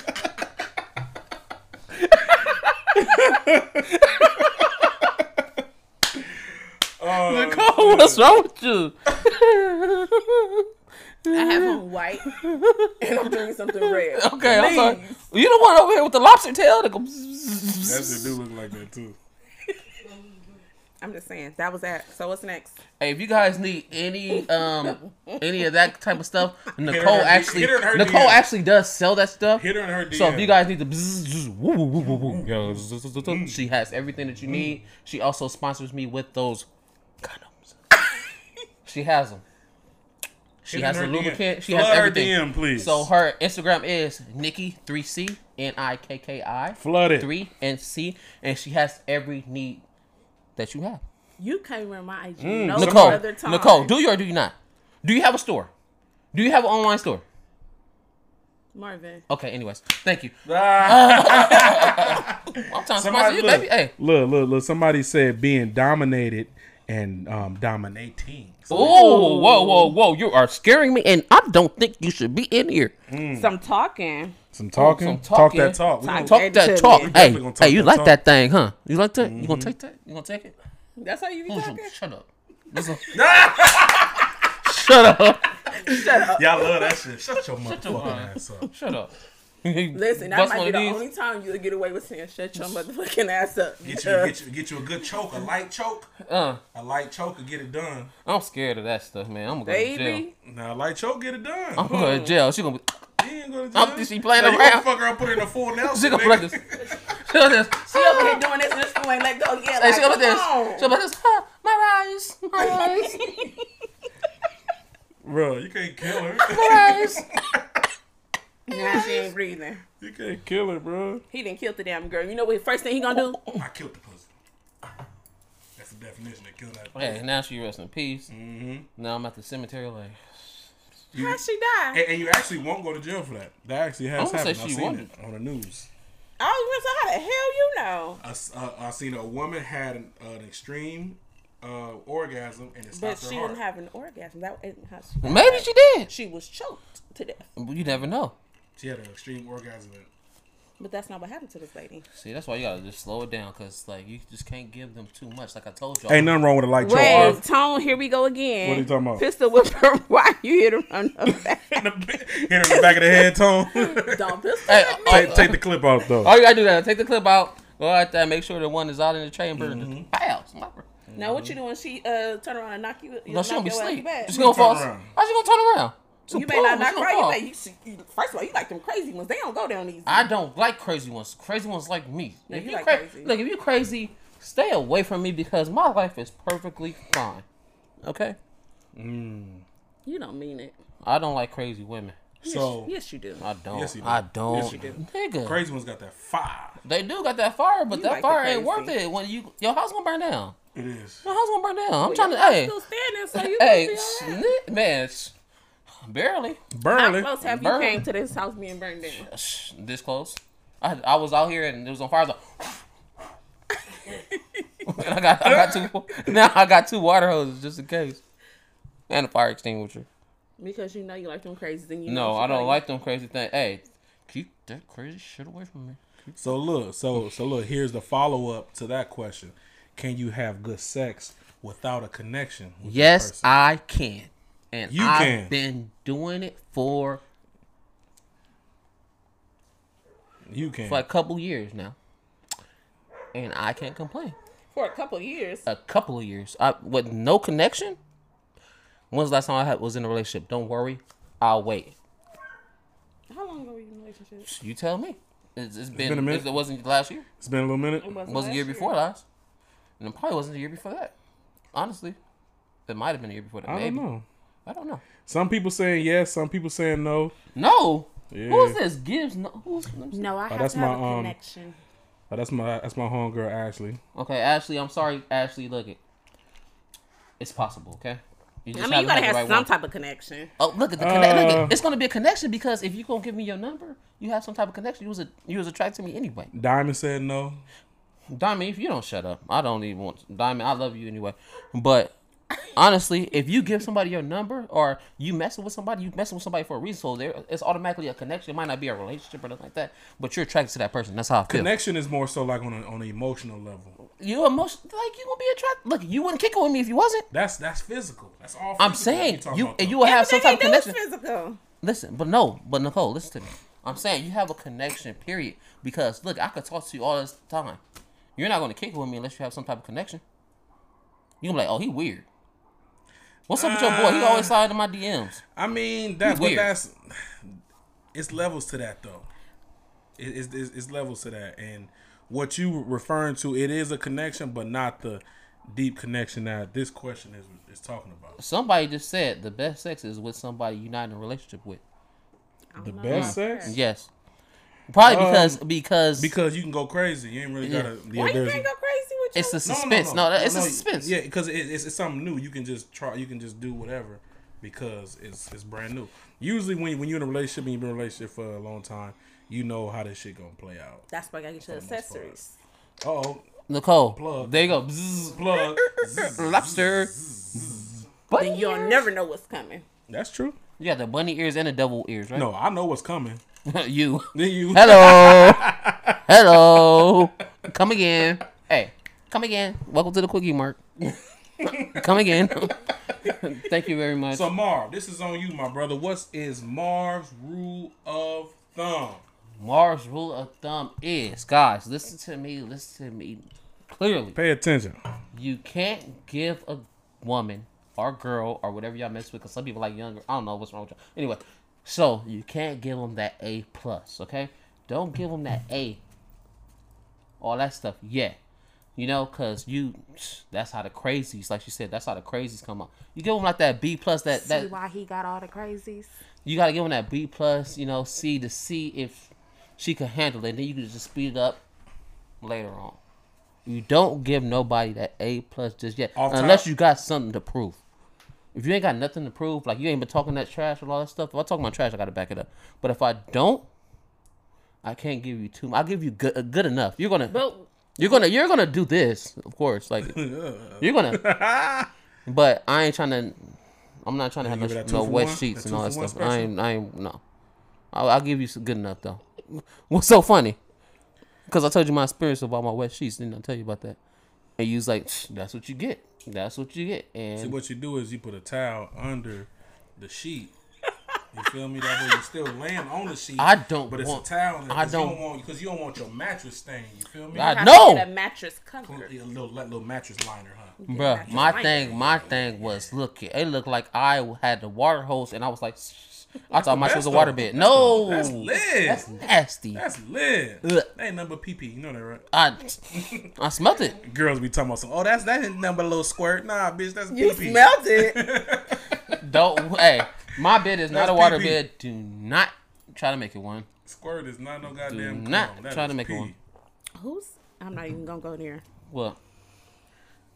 B: Uh,
C: Nicole, what's wrong with you?
D: I have on white, and I'm doing something red.
C: Okay, I'm sorry.
D: Please.
C: You the one over here with the lobster tail that goes.
B: that shit do look like that too.
D: I'm just saying that was that. So what's next?
C: Hey, if you guys need any um any of that type of stuff, Nicole
B: her-
C: actually
B: hit her in her
C: Nicole
B: DM.
C: actually does sell that stuff.
B: Hit her in her DM.
C: So if you guys need the bzzz, zzz, woo, woo, woo, woo, woo, yo, zzz, zzz, zzz, zzz, she has everything
B: Mm.
C: that you need. She also sponsors me with those condoms. she has them. She
B: Hit
C: has
B: her
C: the
B: DM.
C: lubricant. She
B: Flood
C: has everything.
B: Her DM, please.
C: So her Instagram is Nikki three C N I K K I
B: flood it.
C: three and C, and she has every need that you have.
D: You can't run my IG no
C: Mm, Nicole,
D: other time.
C: Nicole, do you or do you not? Do you have a store? Do you have an online store?
D: Marvin.
C: Okay, anyways, thank you.
B: Ah,
C: I'm trying to sponsor
B: somebody,
C: you,
B: look,
C: baby. Hey.
B: look, look, look. Somebody said being dominated and um, dominating. So
C: Oh, whoa, whoa, whoa! You are scaring me, and I don't think you should be in here.
D: Some talking.
B: some talking,
C: Oh, Some
B: talk
C: talking.
B: that talk. We
D: Talk.
B: gonna-
C: Talk that
D: Edited
C: talk.
D: me.
C: Hey,
B: definitely gonna talk
C: hey, you
B: that
C: like
B: talk.
C: that thing, huh? You like that? You gonna take that? You gonna take it?
D: That's how you
C: Mm.
D: be talking.
C: Shut up. What's up? Shut up.
B: Y'all love that shit. Shut your motherfucking ass up.
C: Shut up.
D: Listen, that
C: Bust
D: might
C: one
D: be
C: of
D: the
C: these.
D: only time you'll get away with saying "shut your motherfucking ass up."
B: Get you, get you, get you a good choke, a light choke,
C: Uh,
B: a light choke, and get it done.
C: I'm scared of that stuff, man. I'm gonna go to jail.
D: Baby,
B: Now, a light choke, get it done.
C: I'm gonna go to jail. She gonna be.
B: You ain't gonna
C: I'm-
B: jail.
C: she playing
B: Now, you gonna
C: around.
B: Fuck her up, put her in a full Nelson.
C: She gonna
B: nigga.
C: play this. She gonna this.
D: she over here doing this and this fool ain't let go. Yeah,
C: Hey,
D: like,
C: she gonna
D: come
C: this.
D: on.
C: She gonna this. Ah, my eyes. My eyes.
B: Bro, you can't kill her.
C: My eyes.
D: Now she ain't breathing.
B: you can't kill her, bro.
D: He didn't kill the damn girl. You know what? First thing he gonna do?
B: I killed the pussy. That's the definition of killing that pussy.
C: Hey, now she rests in peace.
B: Mhm.
C: Now I'm at the cemetery. Like,
D: How she die?
B: And, and you actually won't go to jail for that. That actually
C: I
B: has
C: wouldn't say
B: happened. I've
C: she
B: seen
C: won't.
B: it on the news.
D: Oh, so how the hell you know?
B: I, s- uh, I seen a woman had an, an extreme uh, orgasm and it
D: But
B: stopped
D: she
B: her heart.
D: didn't have an orgasm. That isn't how she. Got
C: maybe
D: it.
C: she did.
D: She was choked to death.
C: You never know.
B: she had an extreme orgasm. And,
D: But that's not what happened to this lady.
C: See, that's why you gotta just slow it down, cause like you just can't give them too much. Like I told y'all.
B: Ain't nothing wrong with a light
D: Wait,
B: choke.
D: Tone, here we go again.
B: uh, What are you talking about?
D: Pistol whipper. Why you hit him on the back?
B: Hit her in the back of the head, Tone.
D: Don't pistol
C: Hey,
D: whip me.
C: all,
B: take, take the clip off, though. Mm-hmm.
C: all you gotta do is take the clip out. Go out there, make sure the one is out in the chamber, and just, pow, slap her.
D: Now what you doing? She uh turn around and knock you.
C: Mm-hmm. No, she
D: knock
C: gonna be
D: your ass
C: asleep.
D: back.
C: She's gonna
B: Turn
C: fall.
B: around.
C: How she gonna turn around? She's
D: You
C: a
D: may not
C: pole.
D: not
C: She gonna
D: cry. You
C: fall.
D: may, you, she, you, first of all, you like them crazy ones. They don't go down easy.
C: I don't like crazy ones. Crazy ones like me.
D: No,
C: if
D: you
C: you
D: like
C: cra-
D: crazy.
C: Look, if you crazy, stay away from me because my life is perfectly fine. Okay?
D: you don't mean it.
C: I don't like crazy women.
B: So
D: yes, you do.
C: I don't.
B: Yes, you do.
C: I don't.
B: Yes, you
D: do.
C: Nigga.
B: crazy one's got that fire.
C: They do got that fire, but
D: You
C: that
D: like the
C: fire ain't worth
D: crazy.
C: it. When you your house gonna burn down.
B: It is.
C: Your house gonna burn down. I'm trying to
D: You're
C: hey
D: still standing, so you
C: hey
D: must be all right.
C: sni- man sh- barely
B: Burley.
D: How close have
C: Burn.
D: you came to this house being burned down?
C: Sh- this close. I I was out here and it was on fire. I was like, and I got I got two now I got two water hoses just in case and a fire extinguisher.
D: Because you know you like them crazies, and you know
C: No,
D: she
C: I don't
D: you.
C: like them crazy things. Hey, keep that crazy shit away from me.
B: So look, so so look, here's the follow up to that question. Can you have good sex without a connection? With the
C: Yes,
B: person?
C: I can. And
B: You
C: I've
B: can.
C: been doing it for
B: you can.
C: for a couple years now. And I can't complain.
D: for a couple years.
C: A couple of years. I with no connection? When's the last time I had, was in a relationship? Don't worry. I'll wait.
D: How long ago were you in a relationship?
C: You tell me. It's, it's been,
B: been a minute.
C: It wasn't last year.
B: It's been a little minute.
D: wasn't
C: It wasn't
D: last
C: the year before last. And it probably wasn't the year before that. Honestly. It might have been the year before that.
B: I
C: Maybe.
B: don't know.
C: I don't know.
B: Some people saying yes, some people saying no.
C: No. Who's
B: Yeah.
C: this? Gibbs? No. Who's, let me see.
D: No, I have
B: that's
D: to have
B: my,
D: a
B: um,
D: connection.
B: Oh, that's my that's my homegirl Ashley.
C: Okay, Ashley, I'm sorry, Ashley. Look it, it's possible. Okay, you
D: I
C: just
D: mean, you gotta
C: the
D: have
C: right
D: some
C: one.
D: type of connection.
C: Oh, look at the connection. look
B: Uh,
C: at, it's gonna be a connection because if you gonna give me your number, you have some type of connection. You was a, you was attracted to me anyway.
B: Diamond said no.
C: Diamond, if you don't shut up, I don't even want Diamond. I love you anyway, but honestly, if you give somebody your number or you messing with somebody, you messing with somebody for a reason. So there, it's automatically a connection. It might not be a relationship or nothing like that, but you're attracted to that person. That's how I feel.
B: Connection is more so like on a, on an emotional level.
C: you emotion like you gonna be attracted. Look, you wouldn't kick it with me if you wasn't.
B: That's that's physical. That's all. physical
C: I'm
B: when
C: saying
B: talk
C: you
B: about
C: and
B: that.
C: you will have some type of
D: Everything they do
C: connection.
D: is physical.
C: Listen, but no, but Nicole, listen to me. I'm saying you have a connection, period. Because look, I could talk to you all this time. You're not gonna kick it with me unless you have some type of connection. You gonna be like, oh, he weird. What's up with your boy? He always slide into my DMs.
B: I mean that,
C: You
B: but
C: weird.
B: that's it's levels to that though. It- it's, it's, it's levels to that, and what you were referring to, it is a connection, but not the deep connection that this question is is talking about.
C: Somebody just said the best sex is with somebody you're not in a relationship with.
D: I
B: The
D: don't know
B: best
D: about
B: sex?
D: that.
C: Yes, probably
B: Um,
C: because because
B: Because you can go crazy, you ain't really
C: Yeah.
B: gotta. Yeah,
D: Why you
B: there's-
D: can't go crazy with you?
C: it's the suspense. No, that- it's a suspense.
B: Yeah, because it, it's, it's something new. You can just try. You can just do whatever because it's it's brand new. Usually, when when you're in a relationship and you've been in a relationship for a long time, you know how this shit gonna play out.
D: That's why I got you the accessories.
B: Oh,
C: Nicole.
B: Plug.
C: There you go. Bzzz.
B: plug.
C: Lobster.
D: Then
C: Bunny
D: you'll
C: ears.
D: never know what's coming.
B: That's true.
C: You got the bunny ears and the double ears, right?
B: No, I know what's coming.
C: you.
B: Then you.
C: Hello. Hello. Come again. Hey, come again. Welcome to the quickie mark. come again. Thank you very much.
B: So Marv, this is on you, my brother. What is Marv's rule of thumb?
C: Mars rule of thumb is, guys, listen to me, listen to me clearly.
B: Pay attention.
C: You can't give a woman or girl or whatever y'all mess with, because some people like younger. I don't know what's wrong with y'all. Anyway, so you can't give them that A plus, okay? Don't give them that A. All that stuff, yeah. You know, cause you, that's how the crazies, like you said, that's how the crazies come up. You give them like that B plus, that
D: See
C: that
D: why he got all the crazies?
C: you gotta give them that B plus, you know, C to see if she can handle it. Then you can just speed it up later on. You don't give nobody that A plus just yet,
B: Off top-
C: unless you got something to prove. If you ain't got nothing to prove, like you ain't been talking that trash and all that stuff. If I talk my trash, I gotta back it up. But if I don't, I can't give you too. I'll give you good, uh, good enough. You're gonna,
D: But
C: you're gonna, you're gonna do this, of course. Like you're gonna, but I ain't trying to. I'm not trying to have
B: give
C: no,
B: it that
C: no
B: two for
C: wet
B: one?
C: sheets
B: That
C: and
B: two
C: all that
B: for one
C: stuff. I ain't, I ain't, no. I'll, I'll give you some good enough though. What's so funny? Because I told you my experience about my wet sheets. Didn't I tell you about that? And you was like, "Tch, "That's what you get. That's what you get." And
B: What you do is you put a towel under the sheet You feel me? That way you're still laying on the sheet.
C: I don't
B: But it's
C: want-
B: a towel.
C: I
B: I don't
C: don't-
B: want because you don't want your mattress stained. You feel me?
C: I
D: Have to
C: know.
D: get a mattress
B: a
D: cover.
B: little, little, little mattress liner, huh?
D: mattress
C: Bruh, my
D: liner.
C: thing, my thing was look. It looked like I had the water hose, and I was like, I thought my shit was a
B: best
C: water
B: though.
C: bed. No,
B: That's lit.
C: That's nasty.
B: That's lit.
C: Ugh.
B: That ain't number PP. You know that, right?
C: I, I smelled it.
B: Girls be talking about some. Oh, that's that ain't number little squirt. Nah, bitch, that's
D: You
B: PP.
D: smelled it.
C: Don't. Hey, my bed is not
B: That's
C: a water
B: pee-pee.
C: bed. Do not try to make it one.
B: Squirt is not no goddamn.
C: Do not
B: cologne. That
C: try to
B: is
C: make it
B: pee.
C: one.
D: Who's? I'm not even gonna go there.
C: Well,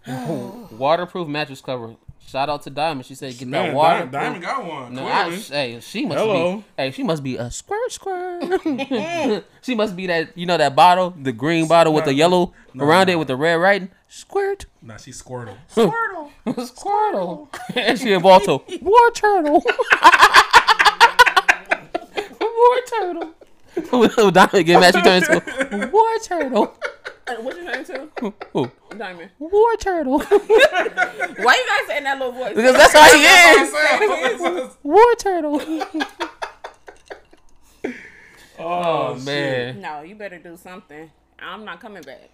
C: waterproof mattress cover. Shout out to Diamond. She said, "Get
B: Man,
C: that water."
B: Diamond, Diamond got one.
C: No, I,
B: clearly.
C: hey, she must
B: Hello.
C: be. Hey, she must be a squirt squirt. she must be that you know that bottle, the green bottle with the
B: Nah,
C: yellow
B: nah,
C: around it
B: nah.
C: with the red writing. Squirt,
B: nah, she squirtle.
C: squirtle, squirtle, and she involved a war turtle. war turtle. When Diamond get mad. She turned into a war turtle.
D: Uh, What's your name too?
C: Who?
D: Diamond.
C: War turtle.
D: Why you guys in that little voice?
C: because that's how he is.
B: oh,
C: War turtle.
B: oh
C: Man.
D: No, you better do something. I'm not coming back.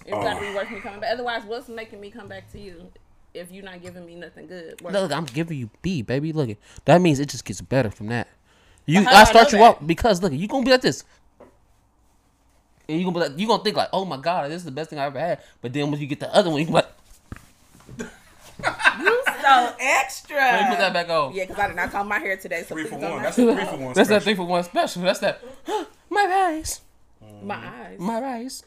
D: It's gotta
C: Oh.
D: be worth me coming back. Otherwise, what's making me come back to you if you're not giving me nothing good? Work.
C: Look, I'm giving you B, baby. Look, it- that means it just gets better from that. You,
D: how do I
C: I start
D: know
C: you
D: that?
C: out because look, you gonna be like this, and you gonna be like, you gonna think like, oh my god, this is the best thing I ever had. But then when you get the other one, you gonna be like,
D: So extra.
C: let me put that back on.
D: Yeah, because I did not comb my hair today. So
B: Three
D: please
B: for
D: don't
B: one.
D: knock
B: That's a three for one.
C: That's that
B: special.
C: three for one special. That's that. my rice,
D: my eyes.
C: my rice.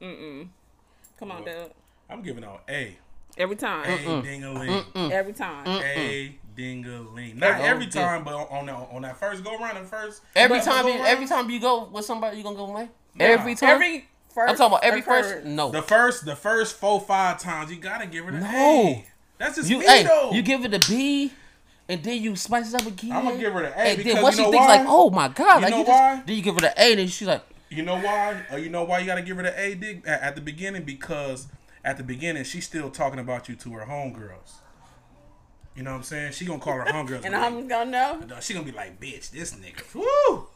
D: Come on, dude.
B: I'm giving out A.
D: Every time.
C: Mm.
B: A ding-a-ling.
D: Every time.
B: A ding-a-ling. Not every time, but on that, on that first go round and first.
C: Every
B: first
C: time,
B: go
C: you,
B: round,
C: every time you go with somebody, you gonna go away. Every time.
D: Every first.
C: I'm talking about every
D: occurrence.
C: first. No.
B: The first, the first four, five times, you gotta give her an
C: No.
B: A. That's just
C: You
B: me
C: hey,
B: though.
C: you give it a B, and then you spice it up again.
B: I'ma give her the A
C: And
B: because
C: then once
B: you know
C: she thinks
B: why?
C: like, oh my god,
B: You
C: like
B: know
C: you just,
B: why?
C: then you give her the A, and then she's like,
B: You know why? Uh, you know why you gotta give her the A dig at, at the beginning because at the beginning she's still talking about you to her homegirls. You know what I'm saying? She gonna call her homegirls.
D: And I'm gonna know.
B: Dog, she gonna be like, bitch, this nigga. Woo!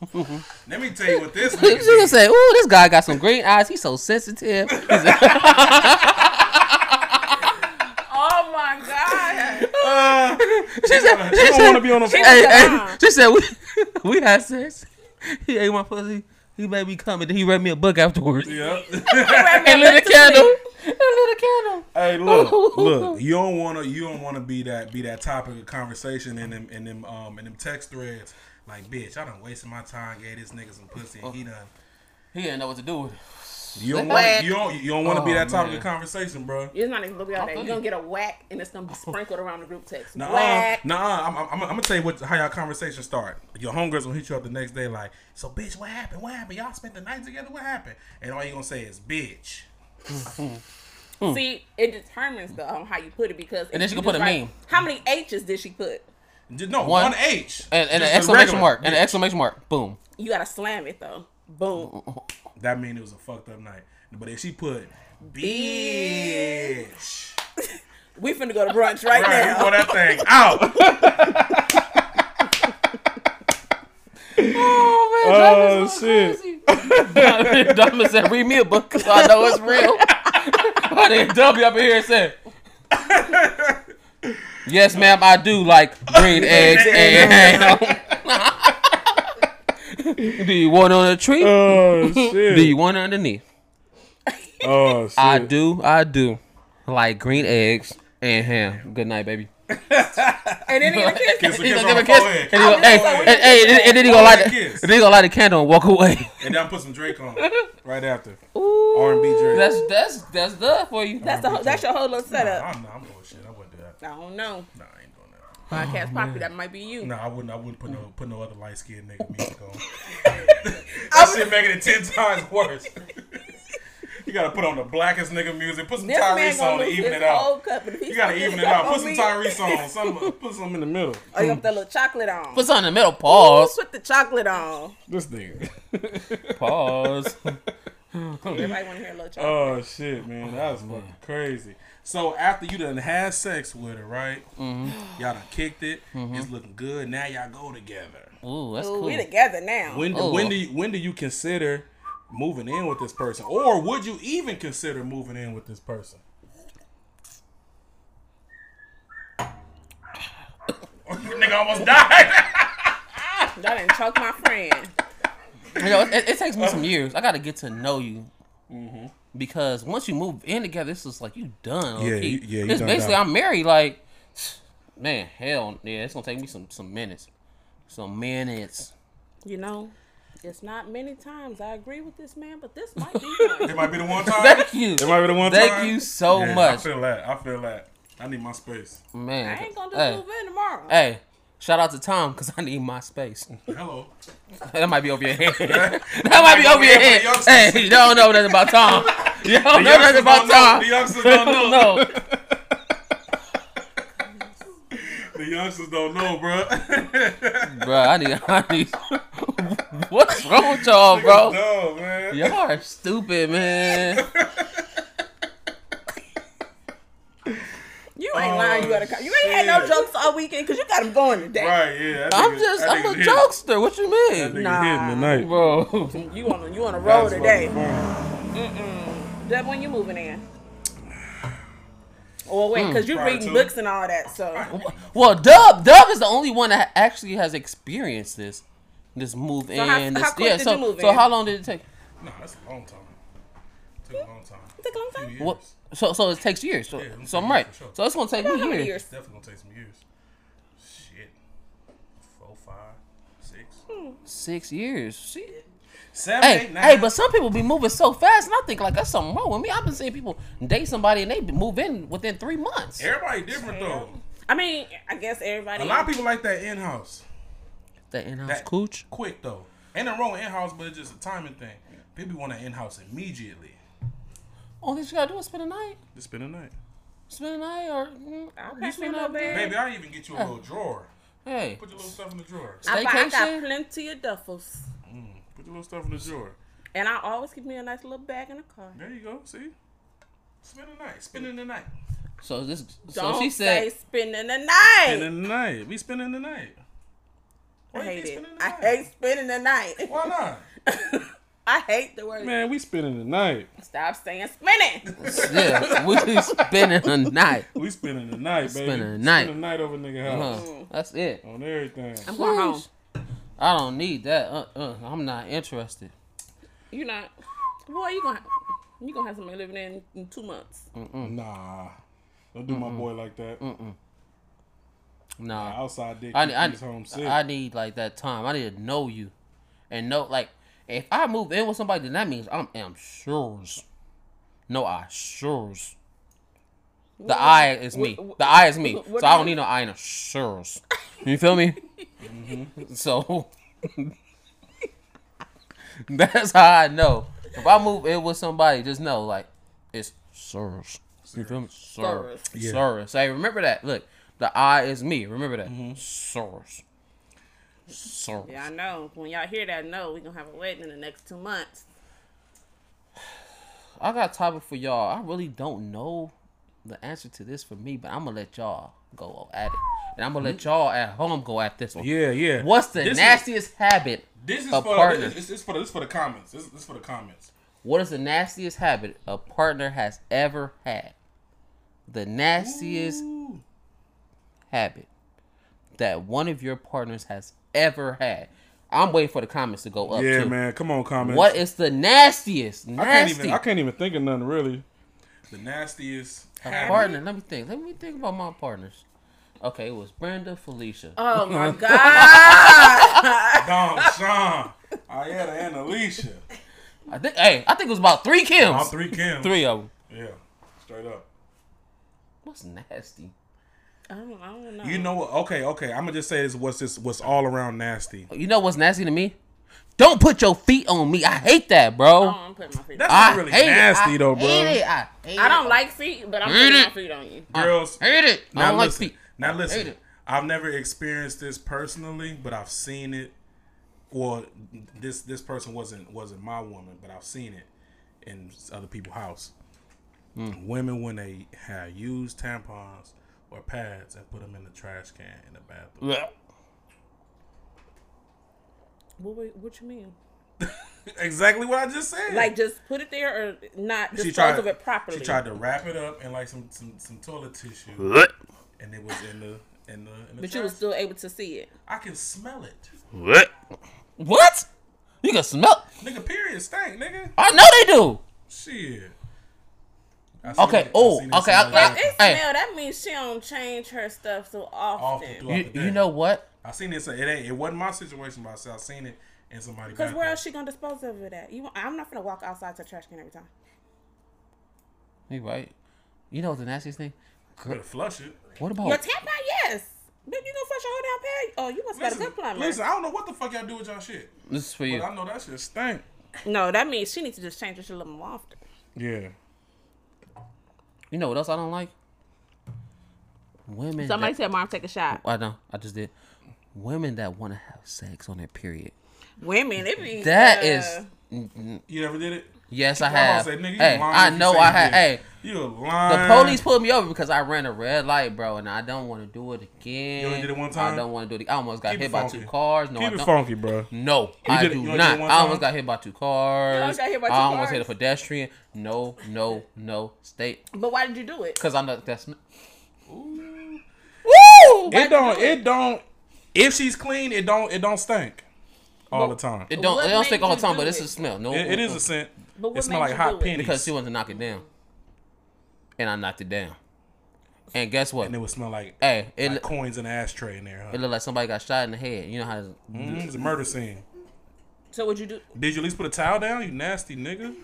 B: Let me tell you what this
C: she
B: nigga
C: gonna
B: did.
C: say, ooh, this guy got some green eyes. He's so sensitive.
D: Oh my God.
B: Uh,
C: She said,
B: she don't wanna be on the phone.
C: Hey, hey, she said, we, we had sex. He ate my pussy. He made me come, and then he read me a book afterwards.
B: Yep.
C: And lit a candle. And lit a candle.
B: hey, look, look. You don't wanna, you don't wanna be that, be that topic of conversation in them, in them, um, in them text threads. Like, bitch, I done wasted my time. Gave this nigga some pussy. And he done.
C: He didn't know what to do with it.
B: You don't want, you don't, you don't want to be
C: Oh,
B: that topic
C: man.
B: of conversation, bro.
D: It's not even gonna be all that. You're
C: funny.
D: gonna get a whack, and it's gonna be sprinkled around the group text.
B: Nah,
D: whack.
B: nah. I'm, I'm, I'm gonna tell you what how y'all conversation start. Your homegirls gonna hit you up the next day like, so bitch, what happened? What happened? Y'all spent the night together. What happened? And all you gonna say is bitch.
D: See, it determines though on how you put it because
C: Mm. And then
D: if
C: she
D: you
C: can put
D: just
C: a
D: write-
C: meme.
D: How many H's did she put?
B: Just- No,
C: One.
B: one, H
C: And, and an
B: Just a
C: exclamation
B: regular
C: mark. And an
B: bitch.
C: exclamation mark. Boom.
D: You gotta slam it though.
C: Mm.
D: Boom.
B: That mean it was a fucked up night. But if she put bitch,
D: We finna go to brunch right,
B: right, we
D: now.
B: throw that thing out. Uh,
C: Oh, shit. Diamond, Diamond said, read me a book so I know it's real. My nigga W up in here said, Yes, ma'am, I do like green eggs and ham. do you want it on a tree?
E: Oh
C: do you
E: shit!
C: want it underneath?
E: Oh shit!
C: I do, I do like green eggs and ham. Good night, baby.
D: And then he gonna kiss
B: Kiss
D: her.
B: her,
C: He
B: kiss her
C: gonna give
B: on
C: a
B: the
C: kiss.
B: forehead.
C: And, he gonna,
D: I'm
C: hey,
D: just like,
C: and, hey, and, and then he gonna light, the-
B: Kiss.
C: then he gonna light the candle and walk away.
B: And then I put some Drake on right after.
C: Ooh,
B: R&B Drake.
C: That's that's that's the for you.
D: That's the whole, that's your whole little setup.
B: I'm, I'm bullshit. I wouldn't do that.
D: I don't know.
B: Nah, I ain't doing that.
D: Podcast Poppy, that might be you.
B: No, I wouldn't. I wouldn't put no put no other light skinned nigga music on. that shit making it ten times worse. you gotta put on the blackest nigga music. Put some
D: This man
B: Tyrese on
D: gonna
B: to
D: lose
B: even
D: his
B: it
D: whole
B: out.
D: cup. and if he
B: You gotta
D: fucking
B: even it
D: up
B: out.
D: on
B: Put some
D: me,
B: Tyrese on. Some put some in the middle.
D: Oh, you gonna put the little chocolate on.
C: Put something in the middle. Pause.
D: Put the chocolate on.
E: This nigga.
C: Pause.
D: Everybody want to hear a little child.
B: Oh shit, man, that was fucking crazy. So after you done had sex with her, right? Mm-hmm. Y'all done kicked it. It's looking good. Now y'all go together.
C: Ooh, that's
D: Ooh,
C: cool.
D: We together now.
B: When
C: Oh.
B: when do you, when do you consider moving in with this person, or would you even consider moving in with this person? Nigga almost died.
D: Y'all didn't choke my friend.
C: You know, it, it takes me some years. I got to get to know you.
B: Mm-hmm.
C: Because once you move in together, it's just like you done.
B: Yeah,
C: low-key.
B: you- yeah, you
C: It's
B: done
C: basically
B: done.
C: I'm married. Like, man, hell, yeah, it's gonna take me some some minutes, some minutes.
D: You know, it's not many times I agree with this man, but this might be one.
B: it might be the one time.
C: Thank you,
B: It might be the one
C: Thank
B: time.
C: you so
B: Yeah,
C: much.
B: I feel that. I feel that. I need my space.
C: man.
D: I ain't gonna just
C: hey,
D: move in tomorrow.
C: hey, shout out to Tom because I need my space.
B: Hello.
C: that might be over your head. that might be over your
B: Yeah,
C: head.
B: for youngsters.
C: Hey, you don't know nothing about Tom. You don't know nothing
B: youngsters
C: about
B: don't know.
C: Tom.
B: The youngsters don't know. The
C: no.
B: youngsters don't know, bro.
C: Bro, I need, I need. What's wrong with y'all, bro?
B: No, man.
C: Y'all are stupid, man.
D: You ain't lying. You
B: Oh,
D: gotta come. You ain't had no
B: shit.
D: jokes all weekend because you got him going today.
B: Right, yeah. that
C: I'm
B: nigga-
C: just,
B: that
C: I'm
B: nigga
C: a
B: hit.
C: jokester. What you
B: That nigga
C: mean,
D: Nah.
B: hit in the night.
C: bro?
D: You on a- you on a roll
B: That's
D: today?
B: fucking funny.
D: Deb, when you moving in? Or wait, because you
B: Prior
D: reading
B: to.
D: books and all that. So,
C: Well, Dub, Dub is the only one that actually has experienced this, this move in.
D: how-
C: this,
D: how quick
C: yeah,
D: did
C: so,
D: you move
C: so
D: in?
C: how long did it take?
B: Nah, that's a long time. Took a long time.
D: took a long time.
B: Few
C: What?
B: years.
C: So, so it takes years. So,
B: Yeah, it'll
C: so
B: take
C: I'm
B: years
C: right.
B: for sure.
C: So it's gonna take
D: How
C: me
D: many
C: years.
D: years?
B: Definitely gonna take some years. Shit. Four, five, six,
D: Hmm.
C: Six years. Shit.
B: seven,
C: Hey,
B: eight, nine.
C: hey, but some people be moving so fast, and I think like that's something wrong with me. I've been seeing people date somebody and they move in within three months.
B: Everybody different, though.
D: I mean, I guess everybody.
B: A lot of people like that in house.
C: That in-house
B: That-
C: cooch.
B: Quick, though. Ain't nothing wrong with in house, but it's just a timing thing. People want that in house immediately.
C: Only thing you gotta do is spend a night.
B: Just spend a night.
C: Spend a night or mm,
D: I'll
C: you
D: pay for
C: spend
D: no
C: a
D: bed.
B: Baby, I even get you a little drawer.
C: Hey,
B: Put your little stuff in the drawer.
D: I, buy, I got
C: staycation.
D: plenty of duffels,
B: Put your little stuff in the drawer.
D: and I always keep me a nice little bag in the car.
B: There you go. See? Spend the night. Spending the night.
C: So this.
D: Don't
C: So she said.
D: say spending the night.
B: Spending the night. We spending the night.
D: I
B: Why you
D: hate it.
B: spending the
D: I
B: night?
D: hate spending the night.
B: Why not?
D: I hate the word.
B: Man, we spending the night.
D: Stop saying spinning.
C: Yeah, we spending a night.
B: We spending the night, baby.
C: Spending the night. Uh-huh.
B: Spending the night over nigga
C: Huh,
B: house.
D: Mm.
C: that's it.
B: On everything.
D: I'm going home.
C: Sheesh. I don't need that. Uh, uh, I'm not interested.
D: You not. Boy, you gonna you gonna have somebody living in in two months.
B: Mm. Nah. Don't do my boy like that.
C: Nah.
B: Outside dick.
C: I,
B: keep
C: I,
B: his home sick.
C: I need like that time. I need to know you, and know like if I move in with somebody, then that means I'm am sure. No, I sure. The I is me.
D: wh-
C: The I is me.
D: wh- what
C: So I don't
D: do you-
C: need no I and a sure's. You feel me? So that's how I know. If I move in with somebody, just know like it's sure's. You feel me? Sir.
D: Sure's.
B: Yeah.
C: Sure's. Hey, remember that. Look, the I is me. Remember that.
B: Mm-hmm.
C: Sure's. Sure's.
D: Yeah, I know. When y'all hear that, no, we gonna have a wedding in the next two months.
C: I got a topic for y'all. I really don't know the answer to this for me, but I'm gonna let y'all go at it, and I'm gonna let y'all at home go at this one.
B: Mm-hmm. yeah, yeah.
C: What's the
B: This is-
C: nastiest habit?
B: This is
C: a
B: for
C: partner?
B: this, this is for this is for the comments. This, this is for the comments.
C: What is the nastiest habit a partner has ever had? The nastiest
B: Ooh.
C: habit that one of your partners has ever had. I'm waiting for the comments to go up.
E: Yeah,
C: too.
E: man. Come on, comments.
C: What is the nastiest? Nasty.
E: I can't even. I can't even think of nothing really.
B: The nastiest
C: A
B: habit.
C: partner. Let me think. Let me think about my partners. Okay, it was Brenda, Felicia.
D: Oh my god.
B: Don Sean, Ayetta, and Alicia.
C: I think. Hey, I think it was about three Kims.
B: All three Kims.
C: Three of them.
B: Yeah, straight up.
C: What's nasty?
D: I don't, I don't know.
B: You know what? Okay, okay. I'm gonna just say this. What's this? What's all around nasty?
C: You know what's nasty to me? Don't put your feet on me. I hate that, bro.
D: Oh, I'm putting my feet.
B: That's
C: I
B: not really
C: hate
B: nasty
C: it. I
B: though, bro.
C: Hate it. I, hate
D: I don't
C: it.
D: like feet, but I'm
C: Hate
D: putting
C: it.
D: my feet on you.
B: Girls,
C: Hate it. I
B: now
C: don't like
B: listen.
C: feet.
B: Now listen.
C: Hate it.
B: I've never experienced this personally, but I've seen it. Well, this this person wasn't wasn't my woman, but I've seen it. in other people's house.
C: Hmm.
B: Women when they have used tampons or pads and put them in the trash can in the bathroom.
D: What, were- what you mean?
B: Exactly what I just said.
D: Like just put it there or not dispose of it properly.
B: She tried to wrap it up in like some some, some toilet tissue, and it was in the in the. In the
D: but you were
B: trash.
D: still able to see it.
B: I can smell it,
C: What? You can smell.
B: nigga. Period stink, nigga.
C: I know they do.
B: Shit. I seen
C: Okay.
B: it- I
C: Oh.
B: seen it
C: Okay.
B: smell
C: I,
D: If
B: like
D: it
C: I, hey,
D: smell, that means she don't change her stuff so
B: Often
D: often.
B: throughout
C: you,
B: the day.
C: you know what?
B: I seen this. It ain't. It wasn't my situation, but I said I seen it in somebody.
D: Because where else she gonna dispose of it at? You, I'm not gonna walk outside to the trash can every time.
C: You right. You know what the nastiest thing? Gr-
B: Could flush it.
C: What
D: Your
C: about?
D: tampon, yes. But you gonna flush your whole damn pad? Oh, you must got a
B: Listen,
D: good plumber.
B: listen, I don't know what the fuck y'all do with y'all shit,
C: This is for
B: but
C: you.
B: I know that shit stink.
D: No, that means she needs to just change her shit a little more often.
E: Yeah.
C: You know what else I don't like? Women.
D: Somebody
C: that-
D: said, "Mom, take a shot."
C: I know. I just did. Women that want to have sex on their period.
D: Women, it be
C: That
D: uh,
C: is.
B: You never did it.
C: Yes, I
B: I'm
C: have.
B: about to say, nigga, you
C: hey,
B: lying
C: I
B: if you
C: know
B: say
C: I
B: you
C: had.
B: did. Uh-huh.
C: Hey,
B: You a
C: the
B: lying.
C: police pulled me over because I ran a red light, bro, and I don't want to do it again.
B: You only did it one time?
C: I don't want to do it. ag- I almost got
B: Keep
C: hit
B: it
C: by
B: funky.
C: two cars. No, I
E: Keep it
C: don't.
E: funky, bro.
C: No, I
E: did it-
C: do
E: you only did
C: not.
E: it one
C: I almost
E: time?
C: got hit by two cars.
D: You almost got hit by two
C: I almost hit a
D: cars?
C: pedestrian. No, no, no. Stay,
D: But why did you do it?
C: cause I'm not. That's. Ooh. Woo!
E: It don't.
D: do it?
E: It don't. If she's clean, it don't. It don't stink all the time.
C: It don't.
D: What
C: It don't
D: made
C: stick all
D: you
C: the time,
D: do
C: but it's
D: it?
C: a smell. No,
E: It- it is a scent.
D: But what
E: it smells
D: made
E: like
D: you do
E: hot
D: it?
E: pennies.
C: because she wanted to knock it down, and I knocked it down. And guess what?
B: And it would smell like
C: hey, it,
B: like coins in an ashtray in there. Huh?
C: it looked like somebody got shot in the head. You know how?
B: Mm, it's a murder scene.
D: So would you do?
B: Did you at least put a towel down? You nasty nigga.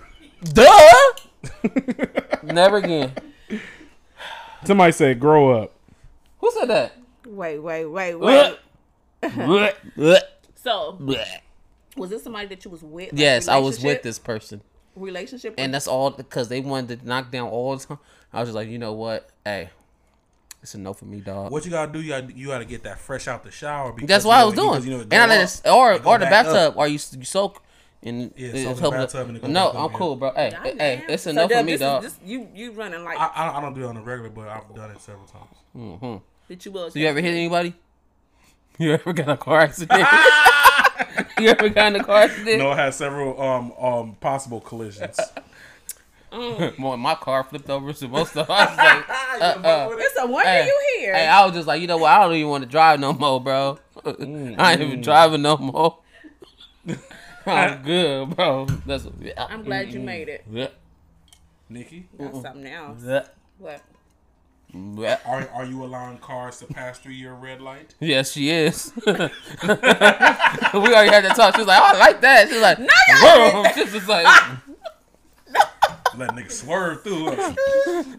C: Duh. Never again.
E: Somebody said, "Grow up."
C: Who said that?
D: Wait, wait, wait, wait. so was this somebody that you was with? like,
C: yes, I was with
D: relationship-
C: this person,
D: relationship,
C: and that's all because they wanted to knock down all the time. I was just like, you know what? Hey, it's a no for me, dog.
B: What you gotta do? You gotta, you gotta get that fresh out the shower. Because
C: That's
B: you
C: what I
B: know
C: was
B: it-
C: doing.
B: because you know it
C: and
B: go
C: I let
B: up,
C: it, s- or
B: it go
C: or the
B: back
C: bathtub,
B: up.
C: or you, s- you soak and
B: Yeah,
C: it-
B: soak in
C: it's
B: the
C: helping.
B: bathtub and it go
C: no,
B: back up,
C: I'm
B: yeah.
C: cool, bro. Hey, hey, hey,
D: Goddamn.
C: eh, it's
D: So,
C: a no
D: Dub,
C: for me,
D: this is-
C: dog.
D: this- you you running like
B: I, I, I don't do it on a regular, but I've done it several times.
D: that you was.
C: Do you ever hit anybody? You ever got in a car accident? you ever got in a car accident?
B: No, I had several um um possible collisions.
D: Mm.
C: Boy, my car flipped over so most of I was like, uh-uh.
D: It's a wonder
C: hey,
D: you here.
C: hey, I was just like, you know what? I don't even want to drive no more, bro. I ain't even driving no more. I'm good, bro. That's
D: I'm glad you made it.
C: Bleh,
B: Nikki,
D: That's something else.
C: bleh,
D: What?
C: bleh.
B: are are you allowing cars to pass through your red light?
C: Yes, she is. we already had that talk. She was like, oh, I like that. She was like, no, Whoa. She was just like,
B: Let niggas swerve through. us.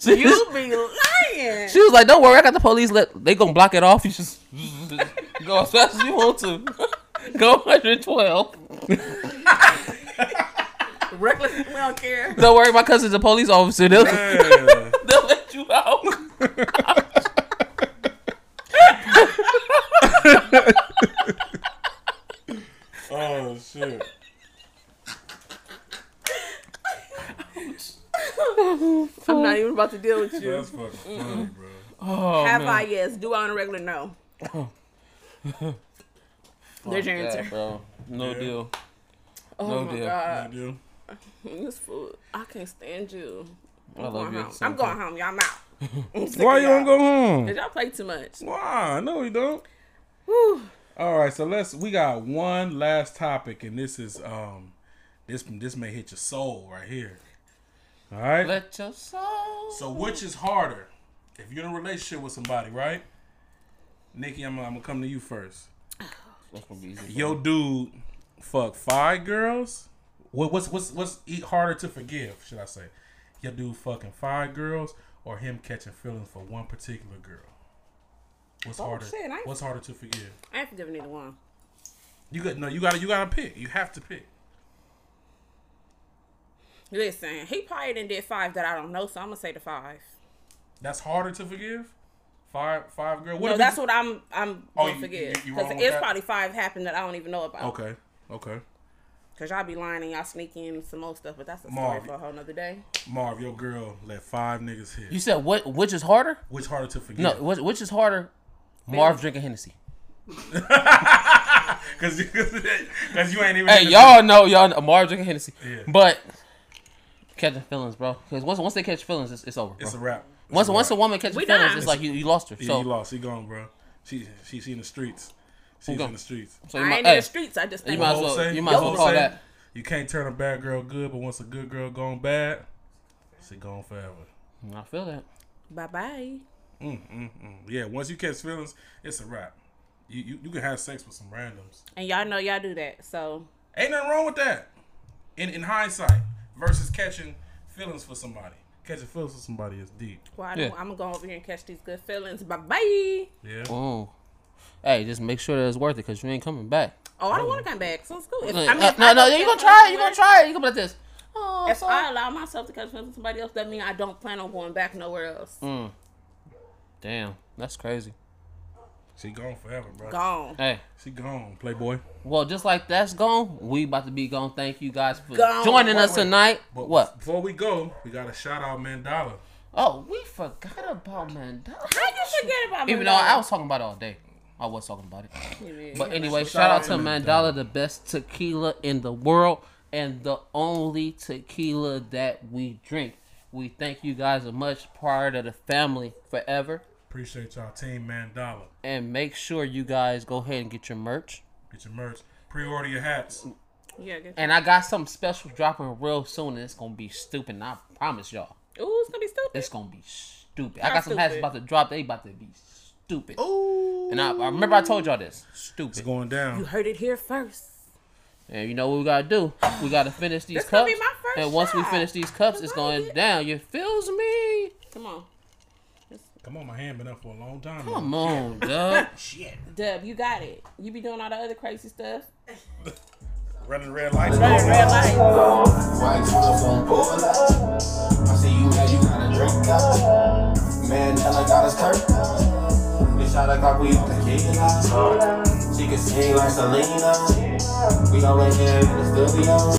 C: she,
D: You be lying.
C: she was like, don't worry, I got the police. Let they gonna block it off. You just go as fast as you want to. go 112.
D: Reckless. We don't care.
C: Don't worry, my cousin's a police officer. They'll,
B: Yeah.
C: they'll let you out.
B: Oh shit.
D: I'm not even about to deal with you.
B: That's fucking funny, bro.
C: Oh,
D: Have I? Yes. Do I on a regular? No. There's your answer.
C: Yeah, bro. No
B: Yeah.
C: deal.
D: Oh
C: No
D: my
C: deal.
B: I
D: god,
B: do.
D: this food! I can't stand you. I'm
C: I love
D: going
C: you.
D: home. I'm going home. Y'all I'm out. I'm sick
E: Why
D: of
E: you don't go home?
D: Did y'all play too much?
B: Why? No, you don't.
D: Whew.
B: All right, so let's. We got one last topic, and this is um, this this may hit your soul right here.
E: All right.
C: Let your soul.
B: So which is harder? If you're in a relationship with somebody, right? Nikki, I'm, I'm gonna come to you first.
C: That's gonna be easy.
B: Yo, dude, fuck five girls. What, what's what's what's e- harder to forgive? Should I say? Your dude fucking five girls, or him catching feelings for one particular girl?
C: Oh,
B: What's harder?
D: shit, I-
B: What's harder to forgive?
D: I ain't forgiving either one.
B: You got no. You got to You got to pick. You have to pick.
D: Listen, he probably done did five that I don't know, so I'm gonna say the five.
B: That's harder to forgive. Five five girl. What
D: No,
B: if
D: that's
B: you-
D: what I'm. I'm
B: Oh,
D: gonna
B: you-
D: forgive
B: you- you
D: because
B: wrong with
D: it's
B: that?
D: probably five happened that I don't even know about.
B: Okay. Okay.
D: Cause y'all be lying and y'all sneaking some more stuff, but that's a story
B: Marv.
D: for a whole nother day.
B: Marv, your girl let five niggas hit.
C: You said what? Which is harder?
B: Which harder to forget?
C: No, which, which is harder? Marv drinking Hennessy.
B: because you ain't even.
C: Hey, y'all know y'all know, Marv drinking Hennessy.
B: Yeah.
C: But catching feelings, bro. Because once once they catch feelings, it's, it's over. Bro.
B: It's a wrap. It's
C: once
B: a
C: once a
B: wrap.
C: woman catches
D: We
C: feelings,
D: done.
C: it's like you, you lost her.
B: Yeah,
C: so
B: you lost. She gone, bro. She she she in the streets. She's
C: gone?
B: in the streets.
C: so you
D: I
C: might,
D: ain't in
C: hey,
D: the streets. I just
C: you
D: think
C: might as
B: Hope
C: well
B: say-
C: you might as well
B: Hope
C: call
B: say,
C: that.
B: You can't turn a bad girl good, but once a good girl gone bad, she gone forever.
C: I feel that.
D: bye bye.
B: Mm, Yeah, once you catch feelings, it's a wrap. You you, you can have sex with some randoms.
D: And y'all know y'all do that. So
B: Ain't nothing wrong with that. In in hindsight, versus catching feelings for somebody. Catching feelings for somebody is deep.
D: well, I
C: Yeah.
D: don't, I'm gonna go over here and catch these good feelings. Bye bye.
B: Yeah.
C: Oh. Hey, just make sure that it's worth it because you ain't coming back.
D: Oh, I don't want to come back. So it's cool. If,
C: Look,
D: I mean,
C: uh,
D: if
C: no,
D: I
C: no,
D: go
C: you're gonna
D: catch
C: try it. You're
D: somewhere-
C: gonna try it. You're gonna be like this. Oh, I'm
D: If
C: sorry.
D: I allow myself to catch feelings for somebody else, that means I don't plan on going back nowhere else.
C: Mm. Damn, that's crazy.
B: She gone forever, bro.
D: Gone.
C: Hey,
B: She gone, Playboy.
C: well, just like that's gone, we about to be gone. Thank you guys for
D: Gone.
C: joining
B: Wait,
C: us
B: wait.
C: tonight.
B: But
C: what?
B: Before we go, we got to shout out Mandala.
C: Oh, we forgot about Mandela.
D: How you forget about me?
C: Even though I was talking about it all day, I was talking about it. But anyway, shout out to Mandala, the best tequila in the world and the only tequila that we drink. We thank you guys so much. Prior to the family forever.
B: Appreciate y'all, Team Mandala.
C: And make sure you guys go ahead and get your merch.
B: Get your merch. Pre-order your hats.
D: yeah, good.
C: And I got something special dropping real soon, and it's gonna be stupid. And I promise y'all,
D: Ooh, it's gonna be stupid.
C: it's gonna be stupid. I got some hats
D: Stupid.
C: about to drop. They about to be stupid. Ooh. And I, I remember I told y'all this. Stupid.
B: It's going down.
D: You heard it here first.
C: And you know what we gotta do? We gotta finish these
D: This
C: cups.
D: gonna be my first
C: and once we
D: shot.
C: finish these cups, it's
D: Cause I
C: going
D: did-
C: down. You feels me?
D: Come on,
B: Come on, my hand been up for a long time.
C: Come on, dog.
D: Dub, you got it. You be doing all the other crazy stuff.
B: Running red lights.
D: Red, red light.
A: White twiddle phone pull up. I see you mad, you gotta drink up. Mandela got us turned up. Bitch, how the clock, we on tequila. She can sing like Selena. We always here in the studio.